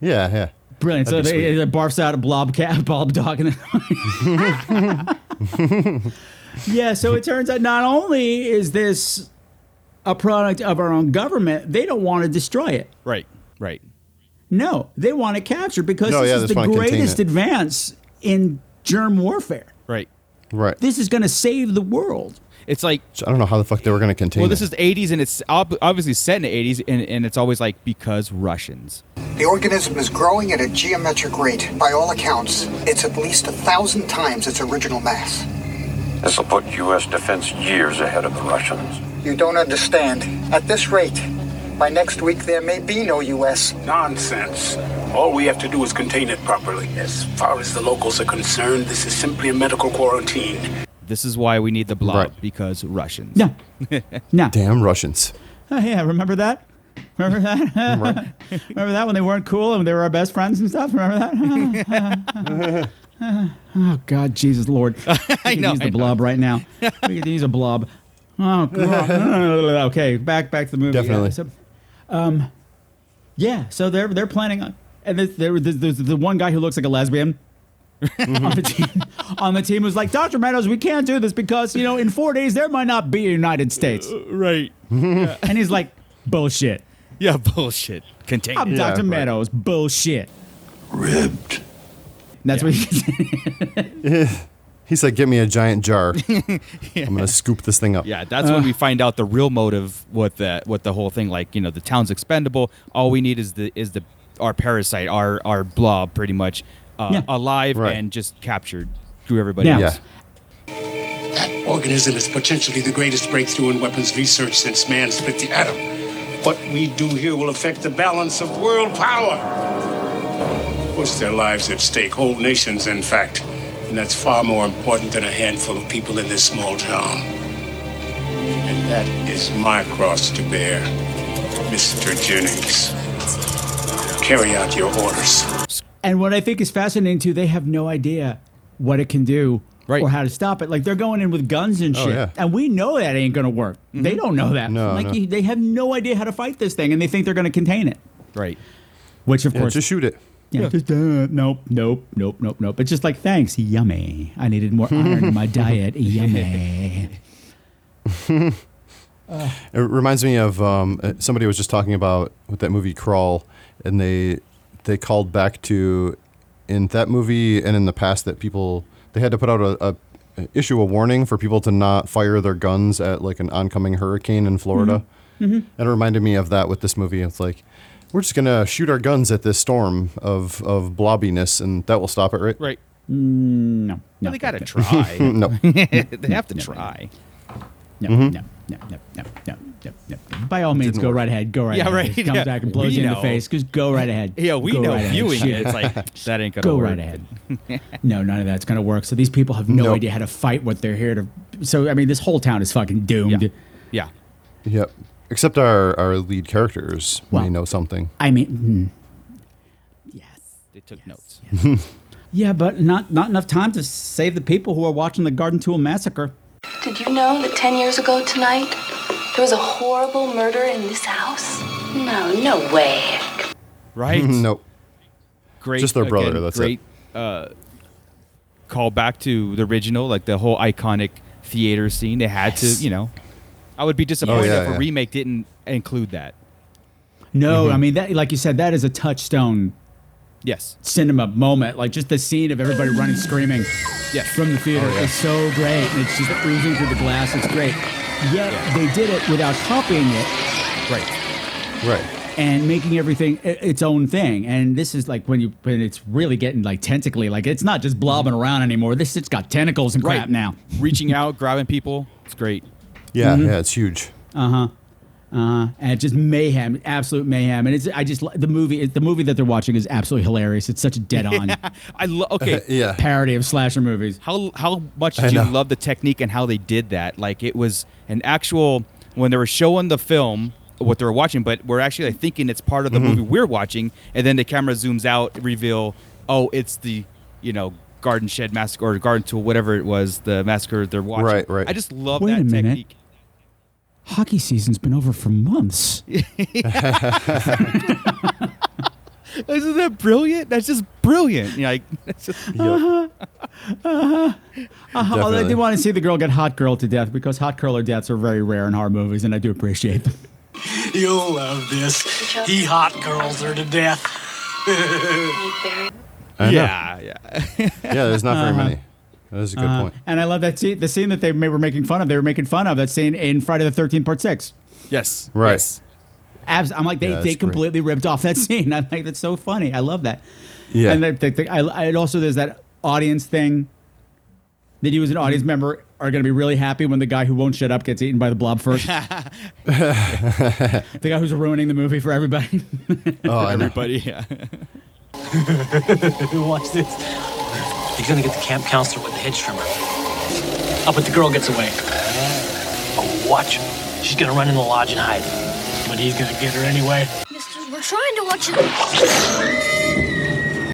Yeah, yeah. Brilliant. That'd so be they, sweet. it barfs out a blob cat, blob dog, and then. yeah. So it turns out not only is this a product of our own government, they don't want to destroy it. Right. Right. No, they want to capture because No, this yeah, is they the just wanna contain greatest it. advance in germ warfare. Right. Right. This is going to save the world. It's like So I don't know how the fuck they were going to contain. well, this it. is 80s and it's ob- obviously set in the 80s and, and it's always like because Russians. The organism is growing at a geometric rate. By all accounts, it's at least a thousand times its original mass. This will put U.S. defense years ahead of the Russians. You don't understand. At this rate, by next week there may be no U.S. Nonsense. All we have to do is contain it properly. As far as the locals are concerned, this is simply a medical quarantine. This is why we need the blob because Russians. No. no. Damn Russians. Oh, yeah, remember that? Remember that? Right. remember that when they weren't cool and they were our best friends and stuff? Remember that? oh, God, Jesus, Lord. I know, use the I know. blob right now. We could use a blob. Oh, God. okay, back back to the movie. Definitely. Yeah, so, um, yeah, so they're they're planning on, and there's, there, there's, there's the one guy who looks like a lesbian. on, the team, on the team was like, Dr. Meadows, we can't do this because, you know, in four days there might not be a United States. right. And he's like, bullshit. Yeah, bullshit. Contain I'm it. Dr. Yeah, right. Meadows. Bullshit. ribbed. That's what he He's like, get me a giant jar. I'm gonna scoop this thing up. Yeah, that's when we find out the real motive what the what the whole thing like, you know, the town's expendable. All we need is the is the our parasite, our our blob pretty much uh, Yeah. alive Right. and just captured through everybody Yeah. else. Organism is potentially the greatest breakthrough in weapons research since man split the atom. What we do here will affect the balance of world power. Of course, their lives at stake, whole nations, in fact. And that's far more important than a handful of people in this small town. And that is my cross to bear, Mr. Jennings. Carry out your orders. And what I think is fascinating too, they have no idea what it can do right. or how to stop it. Like they're going in with guns and Oh, shit, yeah. and we know that ain't gonna work. Mm-hmm. They don't know that. No, like no. You, they have no idea how to fight this thing, and they think they're gonna contain it. Right. Which of Yeah, course just shoot it. Yeah, Yeah. just, uh, nope, nope, nope, nope, nope. It's just like thanks, yummy. I needed more iron in my diet, yummy. It reminds me of um, uh, somebody was just talking about with that movie Crawl, and they they called back to in that movie and in the past that people they had to put out a, a issue a warning for people to not fire their guns at like an oncoming hurricane in Florida. Mhm. And it reminded me of that with this movie. It's like we're just gonna shoot our guns at this storm of of blobbiness, and that will stop it, right? Right. No. Well, they got to try. No. they have to try. No, no, no, no, no, no, no, no. By all means, Didn't go work. right ahead. Go right Yeah, ahead. right, It comes yeah. back and blows We you in know. the face. Just go right ahead. Yeah, we Go know right ahead. viewing Shoot it. It's like, that ain't gonna go work. right ahead. no, none of that's gonna work. So these people have no Nope. idea how to fight what they're here to. So I mean, this whole town is fucking doomed. Yeah. Yep. Except our our lead characters may Well, know something. I mean, They took notes. mm, yeah, but not not enough time to save the people who are watching the Garden Tool massacre. Did you know that 10 years ago tonight, there was a horrible murder in this house? No, no way. Right? nope. Great. Just their brother, again, that's it. great, Uh, call back to the original, like the whole iconic theater scene. They had to, you know. I Oh, would be disappointed yeah, if a yeah. remake didn't include that. Mm-hmm. No, I mean that, like you said, that is a touchstone. Yes. Cinema moment, like just the scene of everybody running screaming. Yes. From the theater Oh, yeah. is so great, and it's just oozing through the glass. It's great. Yet they did it without copying it. Right. Right. And making everything i- its own thing, and this is like when you when it's really getting like tentacly, like it's not just blobbing around anymore. This it's got tentacles and crap Mm-hmm. Right. now. Reaching out, grabbing people. It's great. Yeah, Mhm. yeah, it's huge. Uh huh. Uh huh. And it's just mayhem, absolute mayhem. And it's I just the movie the movie that they're watching is absolutely hilarious. It's such a dead on. I love. Okay. Parody of slasher movies. How how much I did you know. love the technique and how they did that? Like it was an actual when they were showing the film what they were watching, but we're actually like, thinking it's part of the Mhm. movie we're watching, and then the camera zooms out, reveal, oh, it's the you know garden shed massacre or garden tool, whatever it was, the massacre they're watching. Right, right. I just love Wait that a minute. technique. Hockey season's been over for months. Isn't that brilliant? That's just brilliant. You're like, that's just, Uh-huh. Uh-huh. Uh-huh. Although I Definitely. do want to see the girl get hot girl to death because hot curler deaths are very rare in horror movies, and I do appreciate them. You'll love this. He hot girls her to death. I know. Yeah, yeah. Uh-huh. yeah, there's not very Uh-huh. many. That is a good Uh, point. And I love that scene. The scene that they ma- were making fun of. They were making fun of that scene in Friday the Thirteenth Part Six. yes, Right. Abs- I'm like they, Yeah, that's they great. completely ripped off that scene. I'm like that's so funny. I love that. Yeah. And they, they, they, I, I and also there's that audience thing that you as an Mm-hmm. audience member are going to be really happy when the guy who won't shut up gets eaten by the blob first. the guy who's ruining the movie for everybody. Oh, everybody. Yeah. Watch this. He's gonna get the camp counselor with the head trimmer. Oh, but the girl gets away. Oh, watch. She's gonna run in the lodge and hide. But he's gonna get her anyway. Mister, we're trying to watch it.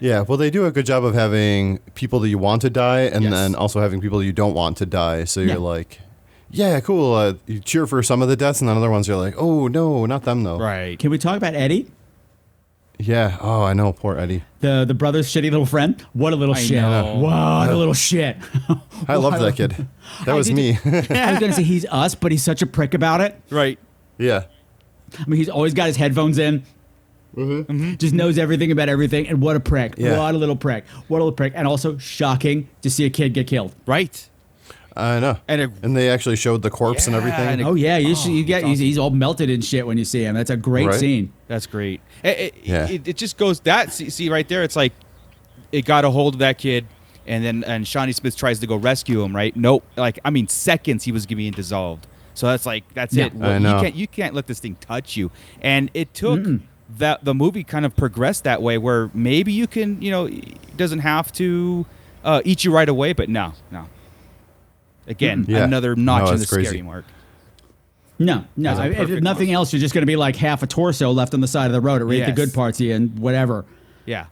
Yeah, well, they do a good job of having people that you want to die, and then also having people you don't want to die. So you're Yeah. like, yeah, cool. Uh, you cheer for some of the deaths, and then other ones you're like, oh no, not them though. Right. Can we talk about Eddie, Yeah. Oh, I know. Poor Eddie. the the brother's shitty little friend? What a little I shit! know. What Yeah. a little shit! I loved Wow. that kid. That was did- me. I was gonna say he's us, but he's such a prick about it. Right. Yeah. I mean, he's always got his headphones in. Just knows everything about everything, and what a prick! Yeah. What a little prick! What a little prick! And also shocking to see a kid get killed. Right. I know. And, they actually showed the corpse and everything. oh yeah, you, should, you get he's, he's all melted and shit when you see him. That's a great Right? scene. That's great. It, it, Yeah. it, it just goes that see, see right there. It's like it got a hold of that kid, and then and Shawnee Smith tries to go rescue him. Right? Nope. Like I mean, seconds he was being dissolved. So that's like that's Yeah. it. I know. You can't you can't let this thing touch you. And it took that the movie kind of progressed that way, where maybe you can you know it doesn't have to uh, eat you right away, but no, no. Again, Mm-mm. Yeah. another notch No, in the that's crazy. scary mark. No, no. That's a I- if perfect nothing else, you're just going to be like half a torso left on the side of the road. It ate the Yes. good parts of you and whatever. Yeah.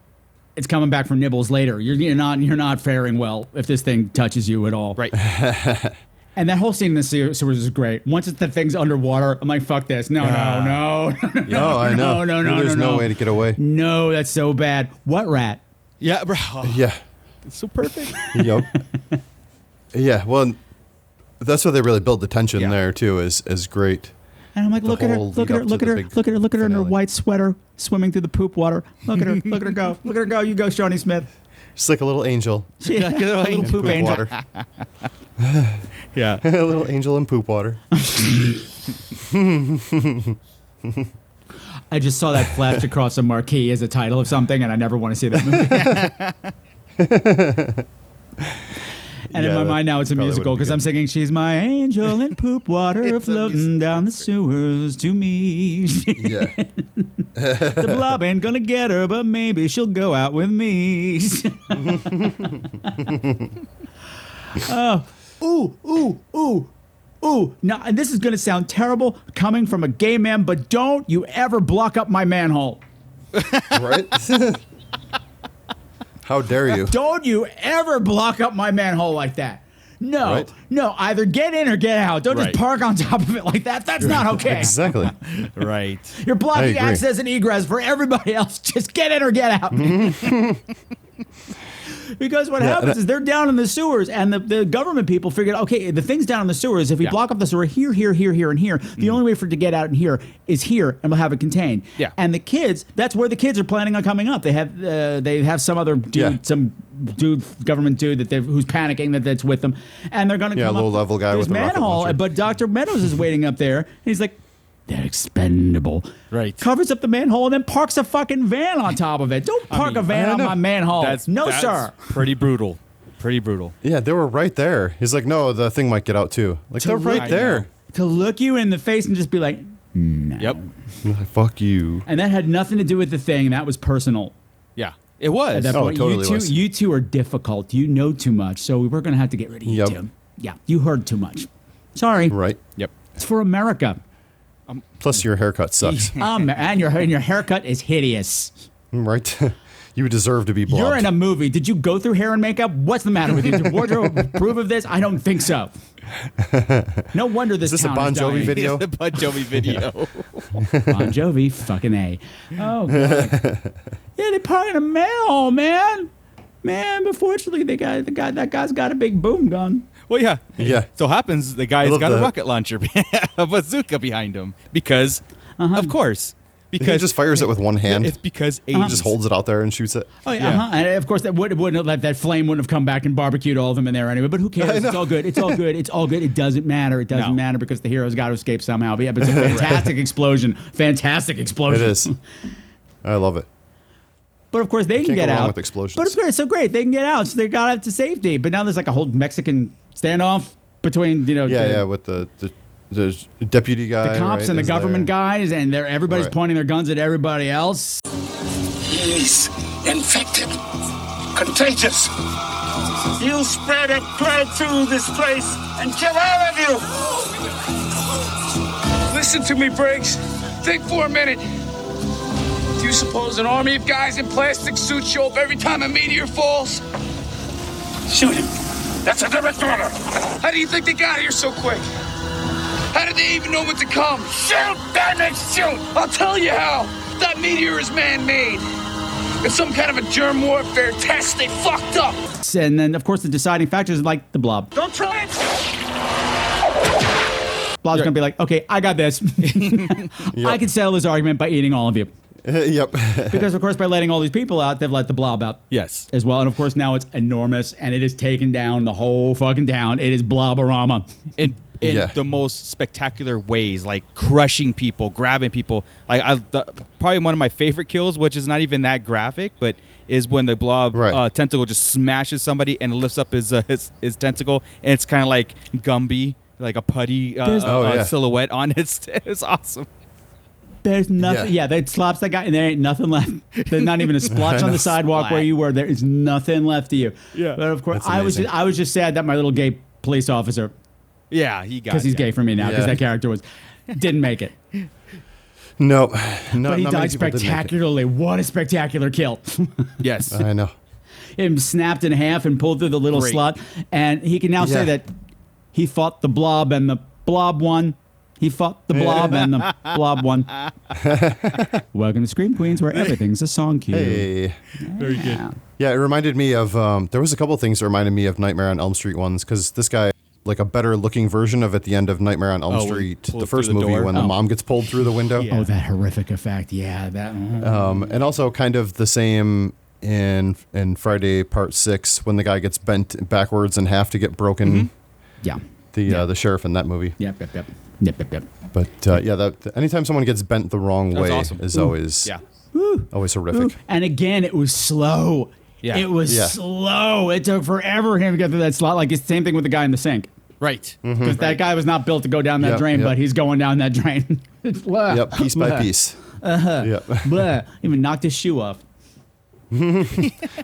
It's coming back from nibbles later. You're, you're not you're not faring well if this thing touches you at all. Right. And that whole scene in the sewer- sewers is great. Once it's the thing's underwater, I'm like, fuck this. No, Yeah. no, no, no. Ah. Yeah. Oh, I know. No, no, no. There's no no way to get away. No, that's so bad. What rat? Yeah, bro. Yeah. It's so perfect. yep. Yeah. Well, that's where they really build the tension there too. Is is great. And I'm like, The look at her, whole lead look at her, up to look at the her, big look at her, look at her in her white sweater, swimming through the poop water. Look at her, look at her go, look at her go. You go, Shawnee Smith. She's like a little angel. She- like a little In angel. Poop angel. yeah. a little angel in poop water. I just saw that flash across a marquee as a title of something, and I never want to see that movie. and in Yeah, that my mind now, it's a probably wouldn't musical be because I'm singing "She's My Angel in Poop Water, floating down the sewers to me." yeah, the blob ain't gonna get her, but maybe she'll go out with me. oh, ooh, ooh, ooh, ooh. Now, and this is gonna sound terrible coming from a gay man, but don't you ever block up my manhole. right? How dare you? Don't you ever block up my manhole like that. No, Right. no, either get in or get out. Don't Right. just park on top of it like that. That's not okay. exactly. right. You're I blocking agree. access and egress for everybody else. Just get in or get out. because what Mm-hmm. Yeah, and happens I- is they're down in the sewers, and the, the government people figured, okay, the thing's down in the sewers. If we block up the sewer here, here, here, here, and here, the only way for it to get out in here is here, and we'll have it contained. Mm. Yeah. And the kids, that's where the kids are planning on coming up. They have uh, they have some other dude, Yeah. some dude, government dude that they who's panicking that that's with them, and they're going to Yeah, come up low-level guy to with this a rocket manhole. launcher. But Doctor Meadows is waiting up there, and he's like. They're expendable. Right. Covers up the manhole and then parks a fucking van on top of it. Don't park a van on my manhole. That's no, that's sir. Pretty brutal. Pretty brutal. Yeah, they were right there. He's like, no, the thing might get out too. Like they're right there. To look you in the face and just be like, Yep. Fuck you. and that had nothing to do with the thing. That was personal. Yeah. It was. At that point, you two, you two are difficult. You know too much, so we're going to have to get rid of you Yep. two. Yeah, you heard too much. Sorry. Right. Yep. It's for America. Plus, your haircut sucks. um, and your and your haircut is hideous. right. you deserve to be blocked. You're in a movie. Did you go through hair and makeup? What's the matter with you? Did wardrobe approve of this? I don't think so. No wonder this Is this a town Bon is Jovi dying. video? The Bon Jovi video. bon Jovi, fucking a. Oh, God. yeah, they parked in a manhole, man. Man, but fortunately, they got the guy. That guy's got a big boom gun. Well, yeah. Yeah. So happens the guy's love got a that. rocket launcher, a bazooka behind him because, of course, because he just fires it with one hand. It's because he Uh-huh. just holds it out there and shoots it. Oh yeah, Uh-huh. and of course that would wouldn't let that flame wouldn't have come back and barbecued all of them in there anyway. But who I cares? know. It's all good. It's all good. It's all good. It doesn't matter. It doesn't No. matter because the hero's got to escape somehow. But yeah, but it's a fantastic explosion. Fantastic It explosion. is. I love it. But of course they can Can't get go wrong out. with explosions. But it's great. So great they can get out. So they got out to safety. But now there's like a whole Mexican standoff between you know Yeah, the, yeah, with the the, the deputy guy, the cops right, and the is there. government guys, and they're everybody's Right. pointing their guns at everybody else. He's infected, contagious. You spread a plague through this place and kill all of you. Listen to me, Briggs. Think for a minute. Do you suppose an army of guys in plastic suits show up every time a meteor falls? Shoot him. That's a direct order. How do you think they got here so quick? How did they even know when to come? Shoot, damn it, shoot! I'll tell you how. That meteor is man-made. It's some kind of a germ warfare test they fucked up. And then of course the deciding factor is like the blob. Don't try it. Blob's gonna be like, okay, I got this. I can settle this argument by eating all of you. yep. because of course, by letting all these people out, they've let the blob out. Yes. As well, and of course now it's enormous, and it is taken down the whole fucking town. It is bloborama. in in Yeah. the most spectacular ways, like crushing people, grabbing people. Like I, the, probably one of my favorite kills, which is not even that graphic, but is when the blob uh, tentacle just smashes somebody and lifts up his uh, his, his tentacle, and it's kind of like Gumby, like a putty uh, There's- uh, Oh, uh, yeah. silhouette on his. It's awesome. There's nothing. Yeah, they slaps that guy, and there ain't nothing left. There's not even a splotch on the No sidewalk where splat. you were. There is nothing left to you. Yeah. But of course, That's I was amazing. just, I was just sad that my little gay police officer, Yeah, he got because he's yeah. gay for me now, because Yeah. that character was didn't make it. No, no, but he not many died people did make it. spectacularly. What a spectacular kill! Yes, Uh-huh. I know. him snapped in half and pulled through the little Great. slot. And he can now say Yeah. that He fought the blob and the blob won. He fought the blob and the blob won. Welcome to Scream Queens, where everything's a song cue. Hey. Very good. Yeah, it reminded me of um, there was a couple things that reminded me of Nightmare on Elm Street ones because this guy like a better looking version of at the end of Nightmare on Elm Oh, when he Street, pulls the first through the movie door? when Oh. the mom gets pulled through the window. Oh, that horrific effect. Yeah, that. uh-huh. Um, and also kind of the same in in Friday Part Six when the guy gets bent backwards in half to get broken. Mm-hmm. Yeah. The uh, the sheriff in that movie. Yep, yep, yep, yep, yep, yep. But uh, yeah, that anytime someone gets bent the wrong That's way awesome. is Ooh. always Yeah. always horrific. Ooh, And again, it was slow. Yeah. It was Yeah. slow. It took forever for him to get through that slot. Like it's the same thing with the guy in the sink. Right. Because Mm-hmm. that guy was not built to go down that Yep, drain, yep. but he's going down that drain. Yep, piece by piece. Uh huh. Yep. Blah. Even knocked his shoe off.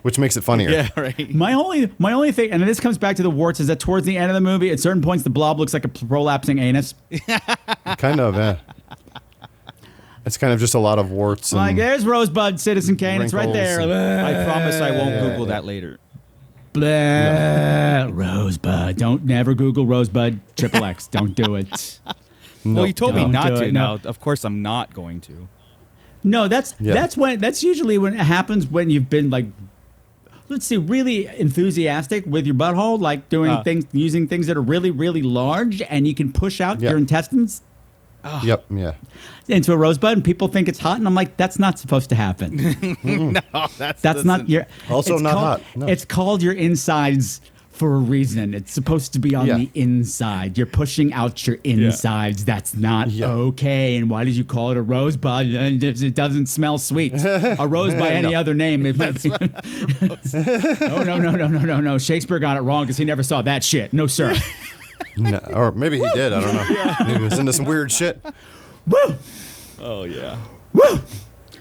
Which makes it funnier. right. My only my only thing, and this comes back to the warts, is that towards the end of the movie, at certain points, the blob looks like a prolapsing anus. Mm-hmm. kind of, yeah. It's kind of just a lot of warts. And like, there's Rosebud, Citizen Kane. It's right there. Wrinkles and- I promise I won't Blah. Google that later. Blah. Rosebud. Don't never Google Rosebud Triple X. Don't do it. well, you told me Don't not do to. it. Now, of course, I'm not going to. No, that's Yeah. that's when that's usually when it happens when you've been like, let's see, really enthusiastic with your butthole, like doing Uh. things, using things that are really, really large, and you can push out your intestines Yep, yeah. into a rosebud, and people think it's hot, and I'm like, that's not supposed to happen. no, that's not your. Also it's not called- hot, no. It's called your insides for a reason. It's supposed to be on Yeah. the inside. You're pushing out your insides. That's not okay. And why did you call it a rosebud? And It it doesn't smell sweet. A rose by any No. other name. It might be- no, no, no, no, no, no, no. Shakespeare got it wrong because he never saw that shit. No, sir. No, or maybe he did. I don't know. Maybe he was into some weird shit. Woo! Oh yeah. Woo!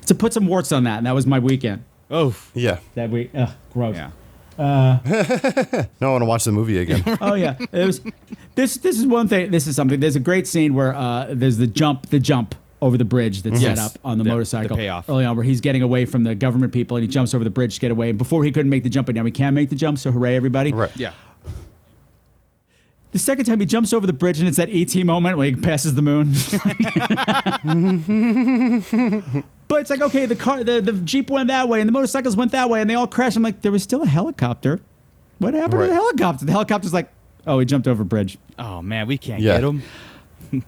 To put some warts on that, and that was my weekend. Oh yeah. That we ugh, gross. Yeah. Now I want to watch the movie again. oh yeah, it was. This this is one thing. This is something. There's a great scene where uh, there's the jump, the jump over the bridge that's Yes. set up on the, The- the motorcycle payoff. early on, where he's getting away from the government people and he jumps over the bridge to get away. And before he couldn't make the jump, but now he can make the jump. So hooray, everybody! Right. Yeah. The second time he jumps over the bridge and it's that ET moment when he passes the moon. but it's like okay, the car, the, the jeep went that way and the motorcycles went that way and they all crashed. I'm like, there was still a helicopter. What happened to the helicopter? The helicopter's like, oh, he jumped over a bridge. Oh man, we can't Yeah. get him.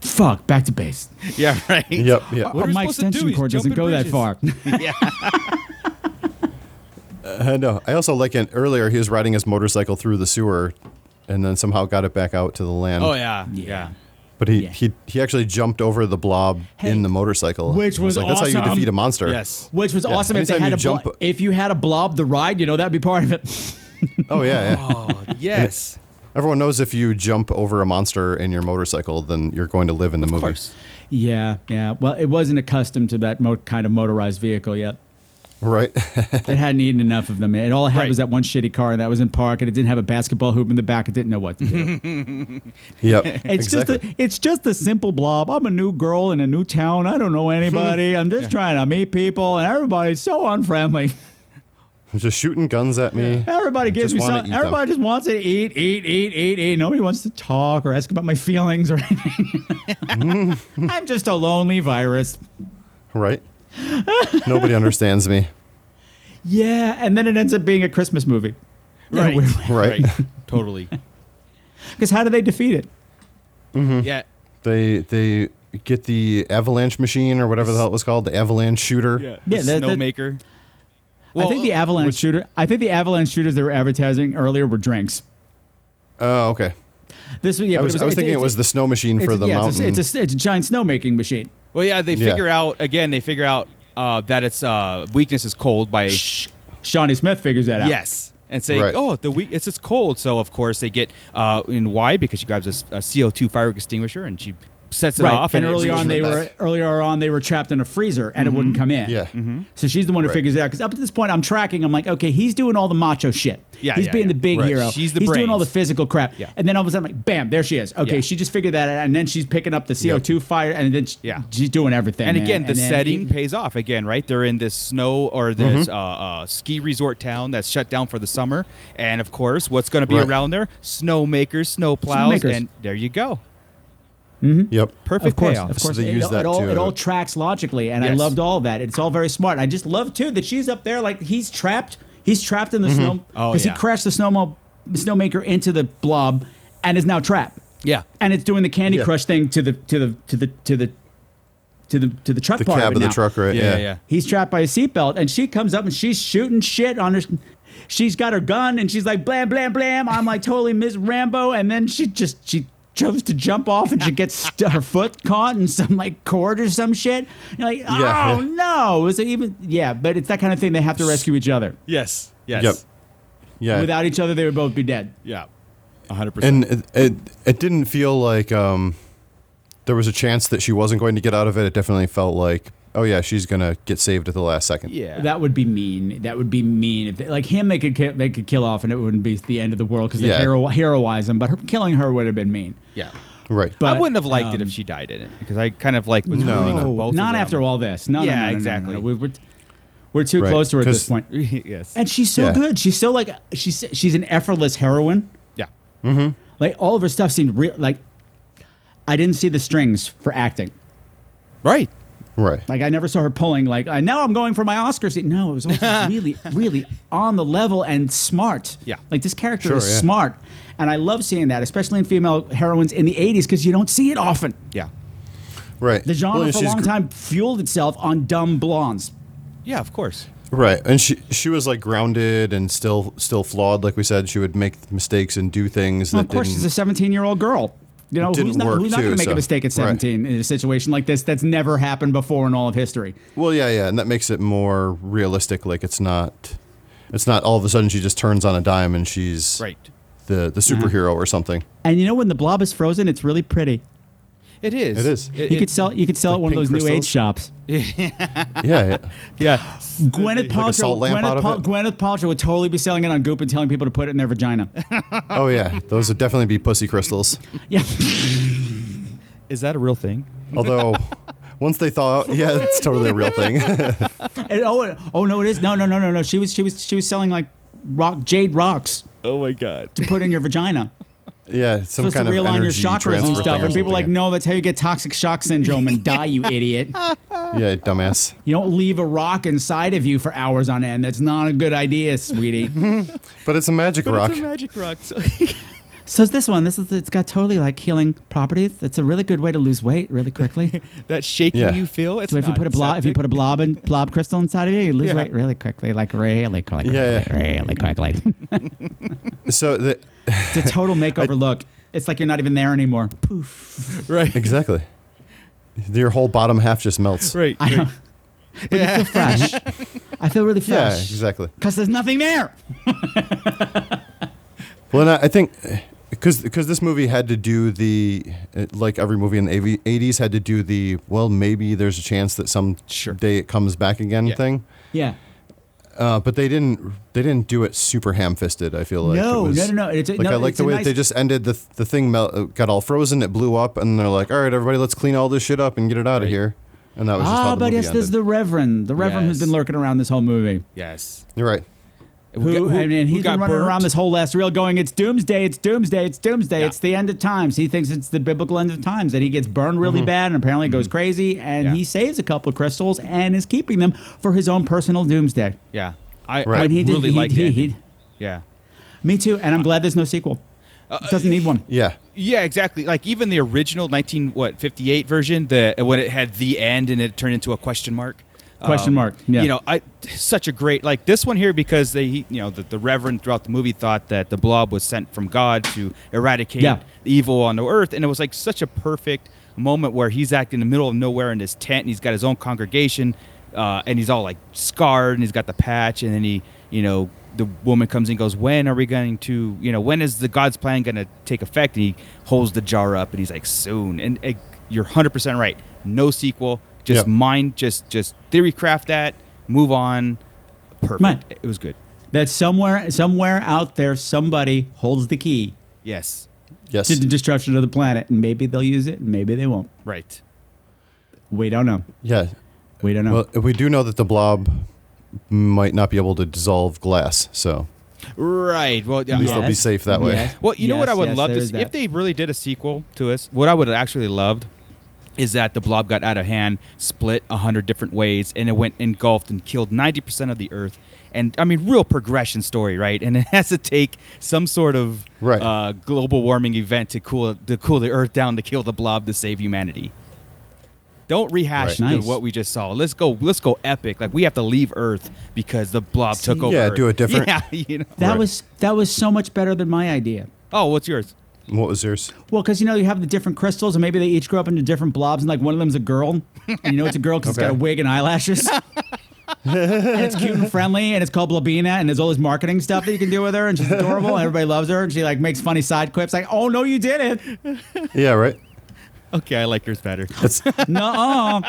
Fuck, back to base. Yeah. Right. Yep, yeah. Our- my extension cord doesn't go that far. Uh, no, I also like it earlier. He was riding his motorcycle through the sewer, and then somehow got it back out to the land. Oh yeah. Yeah. But he, he he actually jumped over the blob in the motorcycle, Which I was like, that's how you awesome. defeat a monster. Which was Yeah, awesome if they anytime had you a jump. blo- if you had a blob the ride, you know that'd be part of it. Oh yeah, yeah. yes. Everyone knows if you jump over a monster in your motorcycle, then you're going to live in the movie. yeah, yeah. Well, it wasn't accustomed to that mo- kind of motorized vehicle yet. Right. it hadn't eaten enough of them. It all it had was that one shitty car that was in park, and it didn't have a basketball hoop in the back. It didn't know what to do. Yep. It's just a, it's just a simple blob. I'm a new girl in a new town. I don't know anybody. I'm just trying to meet people, and everybody's so unfriendly. just shooting guns at me. Everybody I gives just me wanna something. eat them. Everybody just wants to eat, eat, eat, eat, eat. Nobody wants to talk or ask about my feelings or anything. I'm just a lonely virus. Right. Nobody understands me. Yeah, and then it ends up being a Christmas movie. Right. Right. Totally. Because how do they defeat it? Mm-hmm. Yeah. They they get the avalanche machine or whatever the hell it was called, the avalanche shooter. Yeah, that- that- Snowmaker. I think the avalanche shooter. I think the avalanche shooters they were advertising earlier were drinks. Oh, okay. This yeah, I was, but it was, I was it's- thinking it it's- was the snow machine for it's- the yeah, mountain. It's a, it's, a, it's a giant snowmaking machine. Well, yeah, they Yeah. figure out again. They figure out uh, that its uh, weakness is cold by Shawnee Smith figures that out. Yes, and say, Right. oh, the weak it's it's cold. So of course they get uh, and why because she grabs a, CO two fire extinguisher and she sets it right. off. And, it earlier reaches on, her they back. were earlier on they were trapped in a freezer and it wouldn't come in. Mm-hmm. Yeah. Mhm. So she's the one who Right. figures it out. Because up to this point, I'm tracking. I'm like, okay, he's doing all the macho shit. Yeah, He's yeah, being yeah. the big Right. hero. She's the he's doing all the brains. physical crap. Yeah. And then all of a sudden, I'm like, bam, there she is. Okay, Yeah. she just figured that out, and then she's picking up the CO2 fire, and then she- Yeah. she's doing everything. And man. again, the then- setting pays off again, right? They're in this snow or this Mm-hmm. uh, uh, ski resort town that's shut down for the summer, and of course, what's going to be Right. around there? Snowmakers, snow plows, Snowmakers. and there you go. Yep. Perfect of course, payoff. Of So course, they it, use it that all to- uh, it all tracks logically, and I Yes. loved all that. It's all very smart. I just love too that she's up there like he's trapped. He's trapped in the Mhm. snow Oh, because yeah. he crashed the snowmo- snowmaker into the blob, and is now trapped. Yeah. and it's doing the Candy Yeah. Crush thing to the to the to the to the to the to the truck The part cab of it of the now. truck, right? Yeah, Yeah. yeah. He's trapped by a seatbelt, and she comes up and she's shooting shit on her. She's got her gun, and she's like blam blam blam. I'm like totally Miss Rambo, and then she just she chose to jump off, and she gets st- her foot caught in some like cord or some shit. You're like, oh Yeah. no, is it even? Yeah, but it's that kind of thing. They have to rescue each other. Yes. Yes. Yep. Yeah. Without each other, they would both be dead. Yeah. 100%. and it, it, it didn't feel like um, there was a chance that she wasn't going to get out of it. It definitely felt like, oh yeah, she's gonna get saved at the last second. Yeah, that would be mean. That would be mean. If they, like him, they could ki- they could kill off, and it wouldn't be the end of the world because they Yeah. hero, heroize him. But her, killing her would have been mean. Yeah. Right. But, I wouldn't have liked it um, if she died in it because I kind of like was No, rooting for no. both. of Oh, Not them. after all this. No, no, yeah, no, no, no, no, exactly. no. We- We're, we're too Right. close to her at this 'Cause- point. yes. And she's so Yeah. good. She's so like she's she's an effortless heroine. Yeah. Mm-hmm. Like all of her stuff seemed real. Like I didn't see the strings for acting. Right. Right. Like I never saw her pulling. Like I now I'm going for my Oscar seat. No, it was always really, really on the level and smart. Yeah. Like this character Sure, is yeah. smart, and I love seeing that, especially in female heroines in the '80s, because you don't see it often. Yeah. Right. The genre Well, and for a she's long gr- time fueled itself on dumb blondes. Yeah, of course. Right, and she she was like grounded and still still flawed. Like we said, she would make mistakes and do things Well, that of course, she's didn't. a 17 year old girl. You know, Didn't who's not, work who's not going to too, make a so- mistake at right. 17 in a situation like this that's never happened before in all of history? well, yeah, yeah, and that makes it more realistic. Like it's not, it's not all of a sudden she just turns on a dime and she's right the the superhero or something. And you know, when the blob is frozen, it's really pretty. It is. It is. you could sell. You could sell at one of those pink new age crystals? shops. Yeah, yeah. Gwyneth Like a Paltrow. salt lamp out Gwyneth, of Pal- it? Gwyneth Paltrow would totally be selling it on Goop and telling people to put it in their vagina. oh yeah, those would definitely be pussy crystals. Yeah. Is that a real thing? Although, once they thaw out, yeah, it's totally a real thing. And- oh, it- oh no, it is. No, no, no, no, no. She was, she was, she was selling like rock jade rocks. Oh my god. To put in your vagina. yeah, So some it's kind to of realign your energy chakras and transfer stuff. thing or And people are like, something. no, that's how you get toxic shock syndrome and die, you idiot. yeah, dumbass. You don't leave a rock inside of you for hours on end. That's not a good idea, sweetie. But it's a magic rock. magic rock. So. So it's this one. This is it's got totally like healing properties. It's a really good way to lose weight really quickly. that shaking Yeah. you feel, it's so if you not put a blob, if you septic. put a blob and blob crystal inside of you, you lose Yeah. weight really quickly, like really quickly, Yeah, yeah. really quickly. so the, it's a total makeover look. It's like you're not even there anymore. Poof. Right. Exactly. Your whole bottom half just melts. Right. I know. But you feel fresh. I feel really Yeah, fresh. exactly. Because there's nothing there. Well, and I, I think because this movie had to do the uh, like every movie in the 80- 80s had to do the well maybe there's a chance that some day it comes back again thing. Yeah. Uh, but they didn't they didn't do it super ham fisted. I feel like No, it was, no, no, no. It's a- like no, I like it's the a way nice- that they just ended the the thing mel- uh, got all frozen. It blew up, and they're like, all right, everybody, let's clean all this shit up and get it out of here. And that was just Ah, how the but movie yes, there's ended. the Reverend. The Reverend who's been lurking around this whole movie. Yes. You're right. Who, and, and he's been running around this whole last reel going, it's doomsday, it's doomsday, it's doomsday, it's the end of times. He thinks it's the biblical end of times, and he gets burned Mm-hmm. really bad and apparently goes crazy, and he saves a couple of crystals and is keeping them for his own personal doomsday. Yeah. I, Right. I When he did- really he- liked he- it. he- yeah. Me too, and I'm glad there's no sequel. Doesn't need one. Yeah. Uh, Yeah, exactly. Like even the original 19 what 58 version, the when it had the end and it turned into a question mark. Um, Question mark, yeah. You know, I such a great like this one here because they you know the, the Reverend throughout the movie thought that the blob was sent from God to eradicate Yeah. the evil on the earth, and it was like such a perfect moment where he's acting in the middle of nowhere in his tent, and he's got his own congregation, uh, and he's all like scarred, and he's got the patch, and then he, you know, the woman comes in, and goes, "When are we going to, you know, when is the God's plan going to take effect?" And he holds the jar up, and he's like, "Soon," and it, you're 100% right. No sequel. Just Yep. mind, just just theory craft that, move on. Perfect. Right. It was good. That somewhere, somewhere out there, somebody holds the key Yes. Yes. to the destruction of the planet, and maybe they'll use it, and maybe they won't. Right. We don't know. Yeah. We don't know. Well, we do know that the blob might not be able to dissolve glass, so Right. Well, At least they'll be safe that way. Yes. Well, you know what I Yes, would yes, love to there's see? that. if they really did a sequel to us. What I would have actually loved is that the blob got out of hand, split a hundred different ways, and it went engulfed and killed ninety percent of the Earth. And I mean, real progression story, right? And it has to take some sort of uh, global warming event to cool to cool the Earth down to kill the blob to save humanity. Don't rehash Right. dude, Nice. what we just saw. Let's go. Let's go epic. Like we have to leave Earth because the blob took See? over. Yeah, Earth. do it different. Yeah, you know That was that was so much better than my idea. Oh, what's yours? What was yours? Well, because you know you have the different crystals, and maybe they each grow up into different blobs, and like one of them's a girl, and you know it's a girl because it's got a Okay. wig and eyelashes. and it's cute and friendly, and it's called Blobina, and there's all this marketing stuff that you can do with her, and she's adorable, and everybody loves her, and she like makes funny side quips, like, "Oh no, you did it." Yeah, right. Okay, I like yours better. It's no,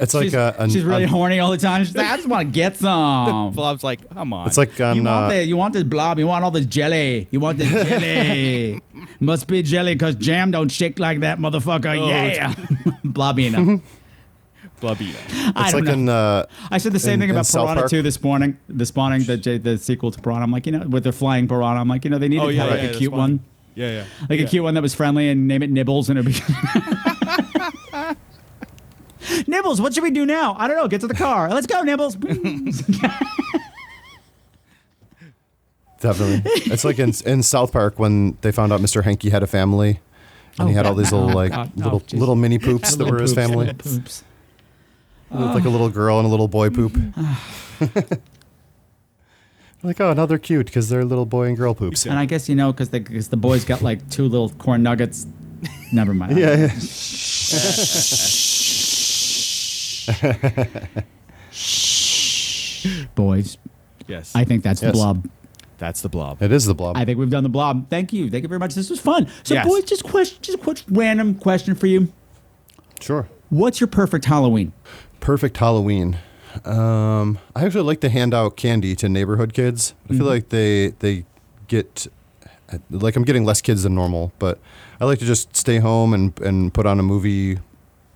it's like a, an- she's really an- horny all the time. She's like, "I just want to get some." Blob's like, "Come on." It's like on, you want uh, the- you want this blob? You want all this jelly? You want this jelly? Must be jelly, cause jam don't shake like that, motherfucker. Oh, yeah, it's- Blobina. Blobby. I it's like don't know. an uh, I said the same in- thing in about South Piranha Park. 2 this morning. The spawning, the J- the sequel to Piranha. I'm like, you know, with their flying Piranha, I'm like, you know, they needed Oh, to have like a cute one, Yeah, yeah. like a cute one that was friendly, and name it Nibbles, and it'd be Nibbles. What should we do now? I don't know. Get to the car. Let's go, Nibbles. Definitely. It's like in, in South Park when they found out Mr. Hanky had a family and he had all these little like God. Oh, little jeez. little mini poops that Little were his poops, family. little poops. With, like a little girl and a little boy poop. like, oh, now they're cute because they're little boy and girl poops. And I guess you know because the boys got like two little corn nuggets. Never mind. Yeah, yeah. Boys. Yes. I think that's the Yes. blob. That's the blob. It is the blob. I think we've done the blob. Thank you. Thank you very much. This was fun. So, Yes. boys, just question, just a quick random question for you. Sure. What's your perfect Halloween? Perfect Halloween. Um, I actually like to hand out candy to neighborhood kids. I feel Mhm. like they they get like I'm getting less kids than normal, but I like to just stay home and and put on a movie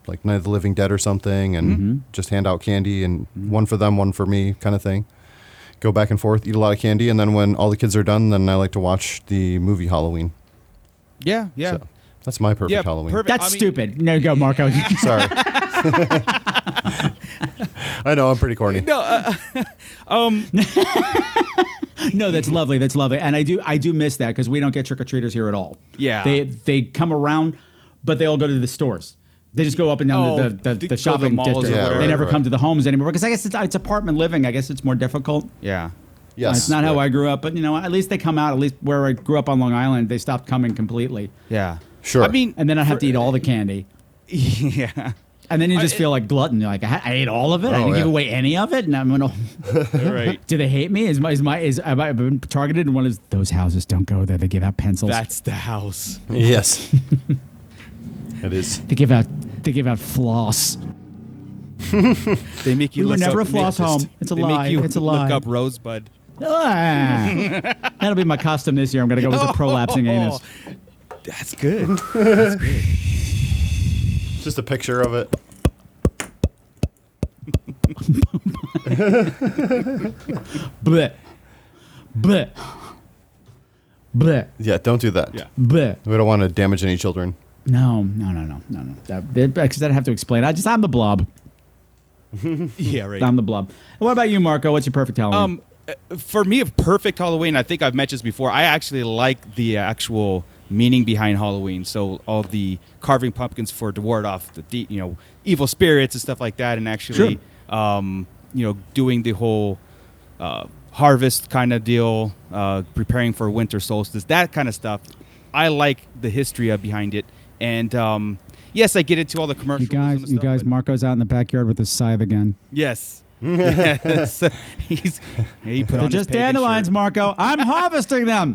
like Night of the Living Dead or something and just hand out candy and one for them, one for me kind of thing. Go back and forth, eat a lot of candy, and then when all the kids are done, then I like to watch the movie Halloween. Yeah, yeah. So that's my perfect Halloween. That's stupid. No, go, Marco. Sorry. I know I'm pretty corny. No, uh, um, no, that's Mm-hmm. lovely. That's lovely, and I do, I do miss that because we don't get trick or treaters here at all. Yeah. they they come around, but they all go to the stores. They just go up and down Oh, the, the, they go the, to the shopping malls or district. whatever. they never Right, come right. to the homes anymore because I guess it's, it's apartment living. I guess it's more difficult. Yeah. Yes. it's not how I grew up, but you know, at least they come out. At least where I grew up on Long Island, they stopped coming completely. Yeah. Sure. I mean, and then I have to eat all the candy. Yeah. And then you just feel like glutton. You're like, I, I ate all of it. I Oh, didn't give yeah. away any of it, and I'm gonna. right. Do they hate me? Is my is my is have I been targeted? And one is those houses don't go there. They give out pencils. That's the house. Yes. it is. They give out they give out floss. They make you We were look never up- a floss they just- home. It's a they lie. Make you It's a lie. Look up Rosebud. Ah. That'll be my costume this year. I'm gonna go with the prolapsing Oh. anus. That's good. Just a picture of it. Bleh. Bleh. Bleh. Yeah, don't do that. Yeah. Bleh. We don't want to damage any children. No, no, no, no, no, no. That because I'd have to explain. I just I'm the blob. yeah, right. I'm the blob. What about you, Marco? What's your perfect Halloween? Um, uh, for me, a perfect Halloween. I think I've mentioned this before. I actually like the actual meaning behind Halloween. So all the carving pumpkins for to ward off the de- you know evil spirits and stuff like that, and actually, um, you know, doing the whole uh, harvest kind of deal, uh, preparing for winter solstice, that kind of stuff. I like the history of behind it, and um, yes, I get into all the commercials. you guys, you guys, Marco's out in the backyard with his scythe again. Yes. Yeah, so he's, he put They're on his just pagan dandelions, Marco. I'm harvesting them.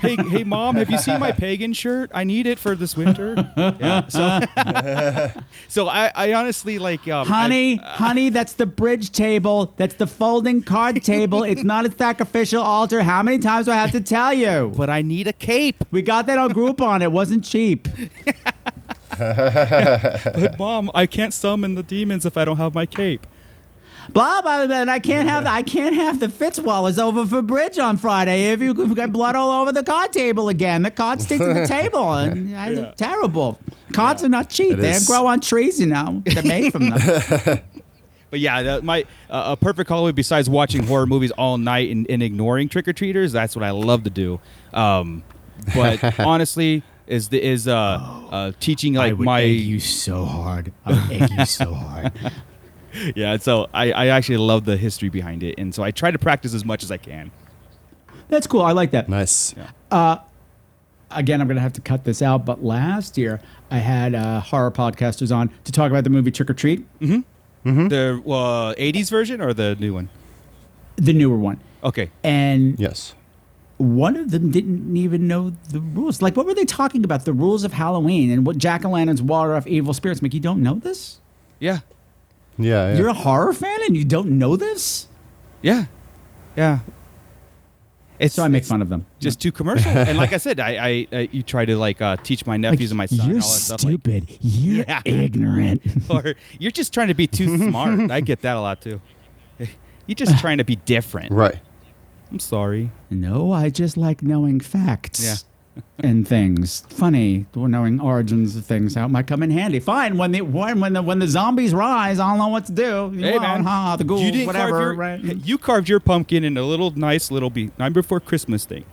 hey, hey, mom, have you seen my pagan shirt? I need it for this winter. Yeah, so, so I, I honestly like, um, I- honey, honey, that's the bridge table. That's the folding card table. it's not a sacrificial altar. How many times do I have to tell you? But I need a cape. We got that on Groupon. It wasn't cheap. but mom, I can't summon the demons if I don't have my cape. Blah blah blah. And I can't have I can't have the Fitzwallers over for bridge on Friday. If you have got blood all over the card table again, the card sticks to the table, and I Yeah. terrible. Cards are not cheap. It They is. grow on trees, you know. They're made from them. But yeah, that, my uh, a perfect Halloween besides watching horror movies all night and, and ignoring trick or treaters. That's what I love to do. Um, but honestly, is the, is uh, uh, teaching like would my egg you so hard. I would egg you so hard. yeah. So I, I actually love the history behind it, and so I try to practice as much as I can. That's cool. I like that. Nice. Uh, again, I'm going to have to cut this out, but last year I had uh, horror podcasters on to talk about the movie Trick or Treat, Mm-hmm. Hmm? The uh, '80s version or the new one? the newer one. Okay. And yes, one of them didn't even know the rules. Like, what were they talking about? The rules of Halloween and what jack o' lanterns water off evil spirits. Make you don't know this? Yeah. Yeah. You're a horror fan and you don't know this? Yeah. Yeah. It's, so I make fun of them. Just too commercial, and like I said, I, I, I you try to like uh, teach my nephews and my son. and You're all that stuff. stupid. You're ignorant. or you're just trying to be too smart. I get that a lot too. You're just trying to be different. Right. I'm sorry. No, I just like knowing facts Yeah. and things. Funny, knowing origins of things, how it might come in handy. Fine, when the when when the, when the zombies rise, I don't know what to do. You know, ha, the ghouls, you didn't carve whatever. your- right? You carved your pumpkin in a little nice little be nine before Christmas thing.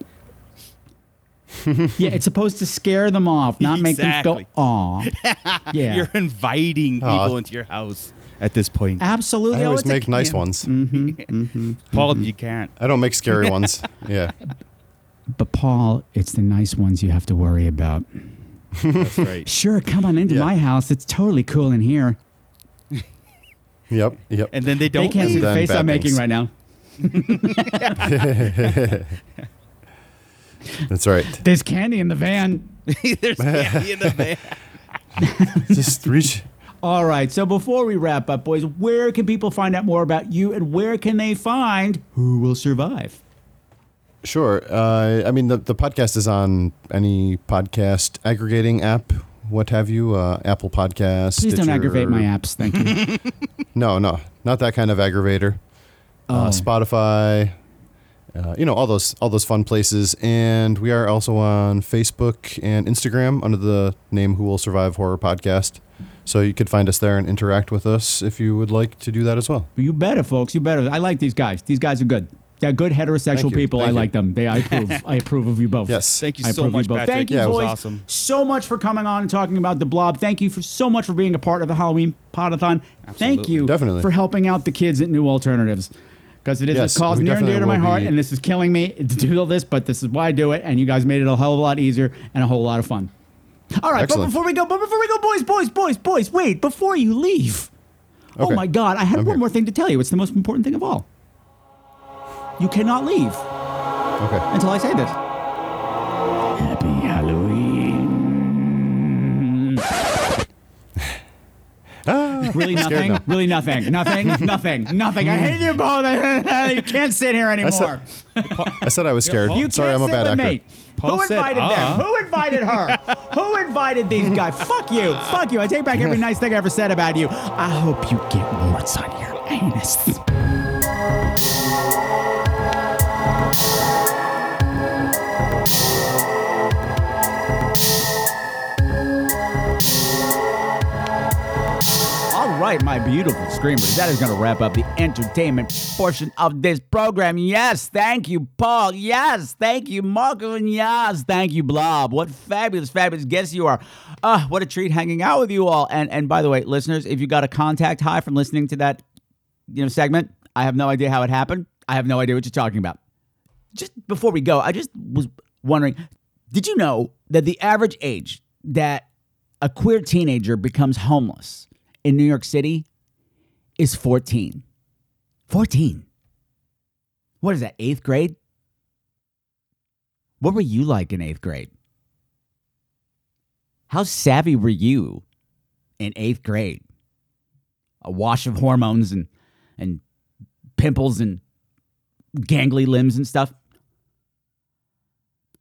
yeah, it's supposed to scare them off, not make them Exactly. go aw. Yeah. You're inviting people Aw. into your house at this point. Absolutely. I Oh, always it's a- make nice yeah. ones. Paul, you can't. I don't make scary ones. Yeah. But Paul, it's the nice ones you have to worry about. That's right. Sure, come on into my house. It's totally cool in here. Yep. Yep. And then they They can't see the face I'm making right now. That's right. There's candy in the van. There's candy in the van. Just reach. All right. So before we wrap up, boys, where can people find out more about you and where can they find who will survive? Sure. Uh, I mean, the, the podcast is on any podcast aggregating app, what have you, uh, Apple Podcasts. Please don't aggravate my apps. Thank you. no, no, not that kind of aggravator. Oh. Uh, Spotify, uh, you know, all those all those fun places, and we are also on Facebook and Instagram under the name Who Will Survive Horror Podcast. So you could find us there and interact with us if you would like to do that as well. you better, folks. You better. I like these guys. These guys are good. They're good heterosexual Thank you. people. I Thank you. like them. They, I approve. I approve of you both. Yes. Thank you I so approve of much, both. Patrick. Thank you, Yeah, it was boys, awesome. so much for coming on and talking about the Blob. Thank you for so much for being a part of the Halloween Potathon. Thank Absolutely. you, Definitely. for helping out the kids at New Alternatives. Because it is Yes, a cause we near and dear to definitely my will heart, be- and this is killing me to do all this, but this is why I do it, and you guys made it a hell of a lot easier and a whole lot of fun. All right, Excellent. but before we go, but before we go, boys, boys, boys, boys, wait, before you leave. Oh Okay. my God, I had one more thing to tell you. It's the most important thing of all. You cannot leave Okay. until I say this. Happy Halloween. Ah, really I'm scared nothing. now. Really nothing. Nothing. Nothing. Nothing. I hate you both. you can't sit here I said, anymore. I said I was scared. You Sorry, I'm can't a sit bad with actor. "Uh-huh." me. Who invited them? Who invited her? Who invited these guys? Fuck you. Fuck you. I take back every nice thing I ever said about you. I hope you get warts on your anus. All right, my beautiful screamers, that is going to wrap up the entertainment portion of this program. Yes, thank you, Paul. Yes, thank you, Marco. And yes, thank you, Blob. What fabulous, fabulous guests you are. Uh, what a treat hanging out with you all. And and by the way, listeners, if you got a contact high from listening to that you know segment, I have no idea how it happened. I have no idea what you're talking about just before we go, I just was wondering, did you know that the average age that a queer teenager becomes homeless in New York City is 14? 14. What is that, eighth grade? What were you like in eighth grade? How savvy were you in eighth grade? A wash of hormones and, and pimples and gangly limbs and stuff.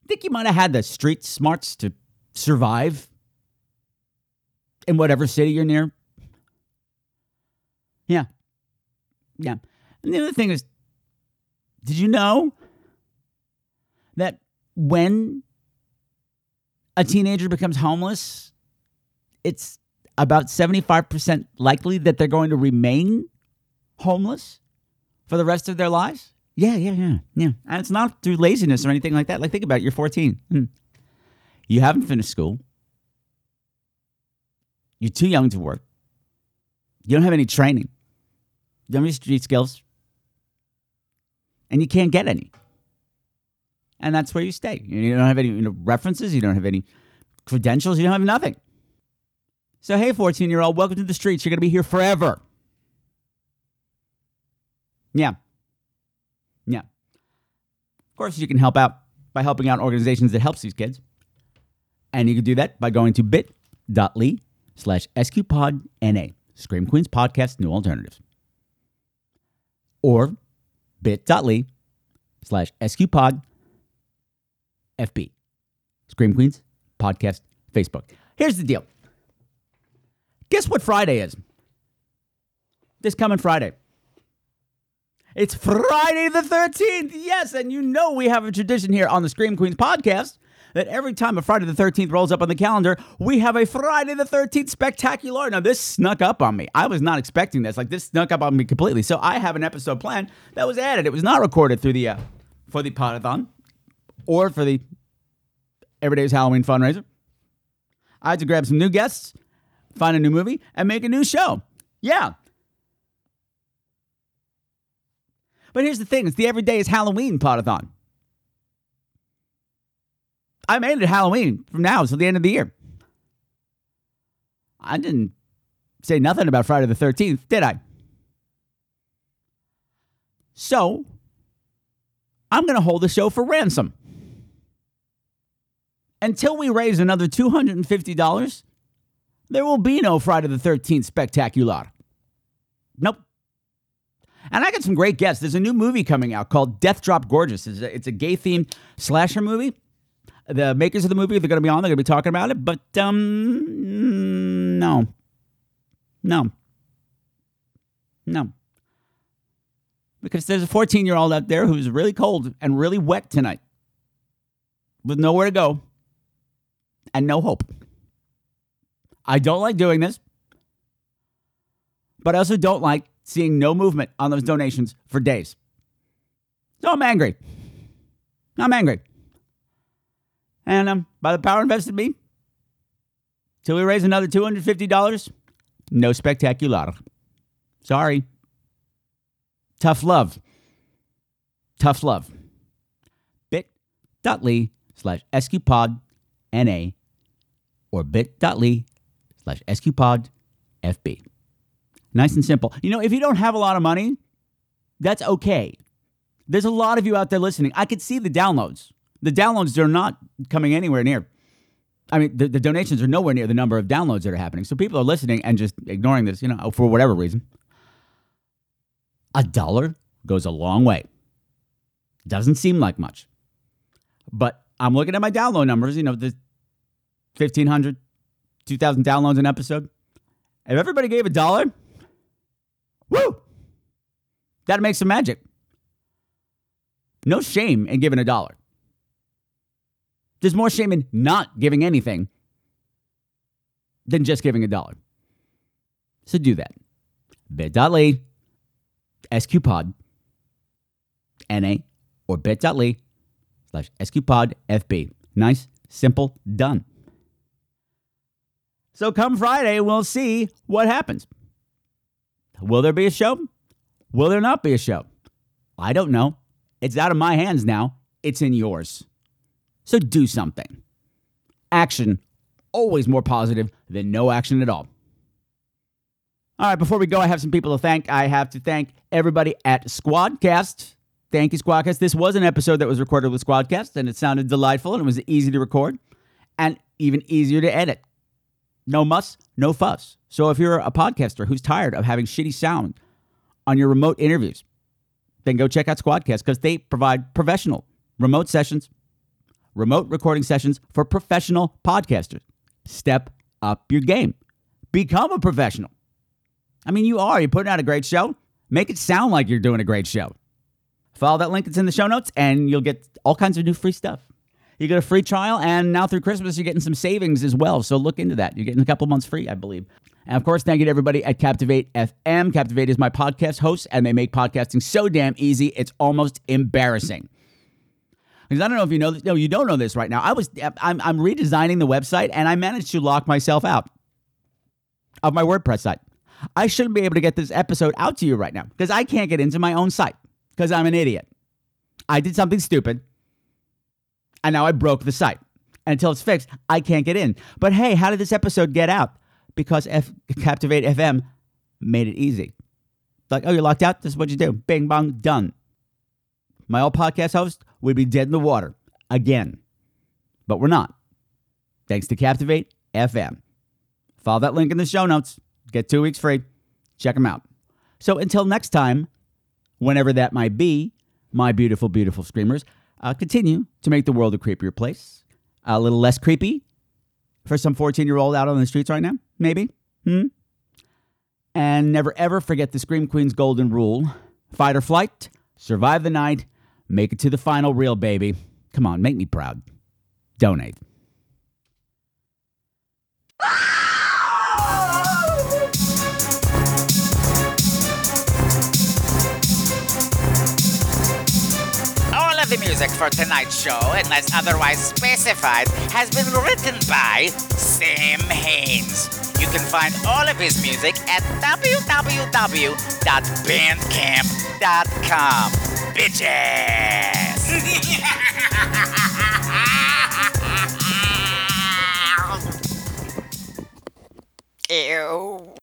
Think you might have had the street smarts to survive in whatever city you're near. Yeah. Yeah. And the other thing is, did you know that when a teenager becomes homeless, it's about 75% likely that they're going to remain homeless for the rest of their lives? Yeah, yeah, yeah, yeah. And it's not through laziness or anything like that. Like, think about it. You're 14. Hmm. You haven't finished school. You're too young to work. You don't have any training. You don't have any street skills. And you can't get any. And that's where you stay. You don't have any you know, references. You don't have any credentials. You don't have nothing. So, hey, 14 year old, welcome to the streets. You're going to be here forever. Yeah. Yeah. Of course, you can help out by helping out organizations that helps these kids. And you can do that by going to bit.ly slash sqpodna, Scream Queens Podcast New Alternatives. Or bit.ly slash sqpod FB, Scream Queens Podcast Facebook. Here's the deal. Guess what Friday is? This coming Friday. It's Friday the 13th. Yes, and you know we have a tradition here on the Scream Queens podcast that every time a Friday the 13th rolls up on the calendar, we have a Friday the 13th spectacular. Now, this snuck up on me. I was not expecting this. Like, this snuck up on me completely. So, I have an episode planned that was added. It was not recorded through the uh, for the Potathon or for the Everyday's Halloween fundraiser. I had to grab some new guests, find a new movie, and make a new show. Yeah, But here's the thing: it's the everyday is Halloween potathon. I made it Halloween from now till the end of the year. I didn't say nothing about Friday the 13th, did I? So, I'm going to hold the show for ransom. Until we raise another $250, there will be no Friday the 13th spectacular. Nope. And I got some great guests. There's a new movie coming out called Death Drop Gorgeous. It's a, it's a gay themed slasher movie. The makers of the movie, they're going to be on, they're going to be talking about it, but um, mm, no. No. No. Because there's a 14 year old out there who's really cold and really wet tonight with nowhere to go and no hope. I don't like doing this, but I also don't like seeing no movement on those donations for days. So I'm angry. I'm angry. And um, by the power invested in me, till we raise another $250, no spectacular. Sorry. Tough love. Tough love. Bit.ly slash sqpodna or bit.ly slash sqpodfb. Nice and simple. You know, if you don't have a lot of money, that's okay. There's a lot of you out there listening. I could see the downloads. The downloads are not coming anywhere near. I mean, the, the donations are nowhere near the number of downloads that are happening. So people are listening and just ignoring this, you know, for whatever reason. A dollar goes a long way. Doesn't seem like much. But I'm looking at my download numbers, you know, the 1,500, 2,000 downloads an episode. If everybody gave a dollar, Woo! That makes some magic. No shame in giving a dollar. There's more shame in not giving anything than just giving a dollar. So do that. Bit.ly, SQPod, NA, or bit.ly slash SQPodFB. Nice, simple, done. So come Friday, we'll see what happens. Will there be a show? Will there not be a show? I don't know. It's out of my hands now, it's in yours. So do something. Action, always more positive than no action at all. All right, before we go, I have some people to thank. I have to thank everybody at Squadcast. Thank you, Squadcast. This was an episode that was recorded with Squadcast, and it sounded delightful, and it was easy to record, and even easier to edit. No muss, no fuss. So if you're a podcaster who's tired of having shitty sound on your remote interviews, then go check out Squadcast because they provide professional remote sessions, remote recording sessions for professional podcasters. Step up your game, become a professional. I mean, you are. You're putting out a great show. Make it sound like you're doing a great show. Follow that link. It's in the show notes, and you'll get all kinds of new free stuff. You get a free trial, and now through Christmas, you're getting some savings as well. So look into that. You're getting a couple months free, I believe. And of course, thank you to everybody at Captivate FM. Captivate is my podcast host, and they make podcasting so damn easy, it's almost embarrassing. Because I don't know if you know, this. no, you don't know this right now. I was, I'm, I'm redesigning the website, and I managed to lock myself out of my WordPress site. I shouldn't be able to get this episode out to you right now because I can't get into my own site because I'm an idiot. I did something stupid and now I broke the site. And until it's fixed, I can't get in. But hey, how did this episode get out? Because F- Captivate FM made it easy. Like, oh, you're locked out? This is what you do. Bing, bong, done. My old podcast host would be dead in the water again. But we're not. Thanks to Captivate FM. Follow that link in the show notes. Get two weeks free. Check them out. So until next time, whenever that might be, my beautiful, beautiful screamers, uh, continue to make the world a creepier place. A little less creepy for some 14 year old out on the streets right now, maybe. Hmm? And never ever forget the Scream Queen's golden rule fight or flight, survive the night, make it to the final reel, baby. Come on, make me proud. Donate. All of the music for tonight's show, unless otherwise specified, has been written by Sam Haynes. You can find all of his music at www.bandcamp.com. Bitches! Ew.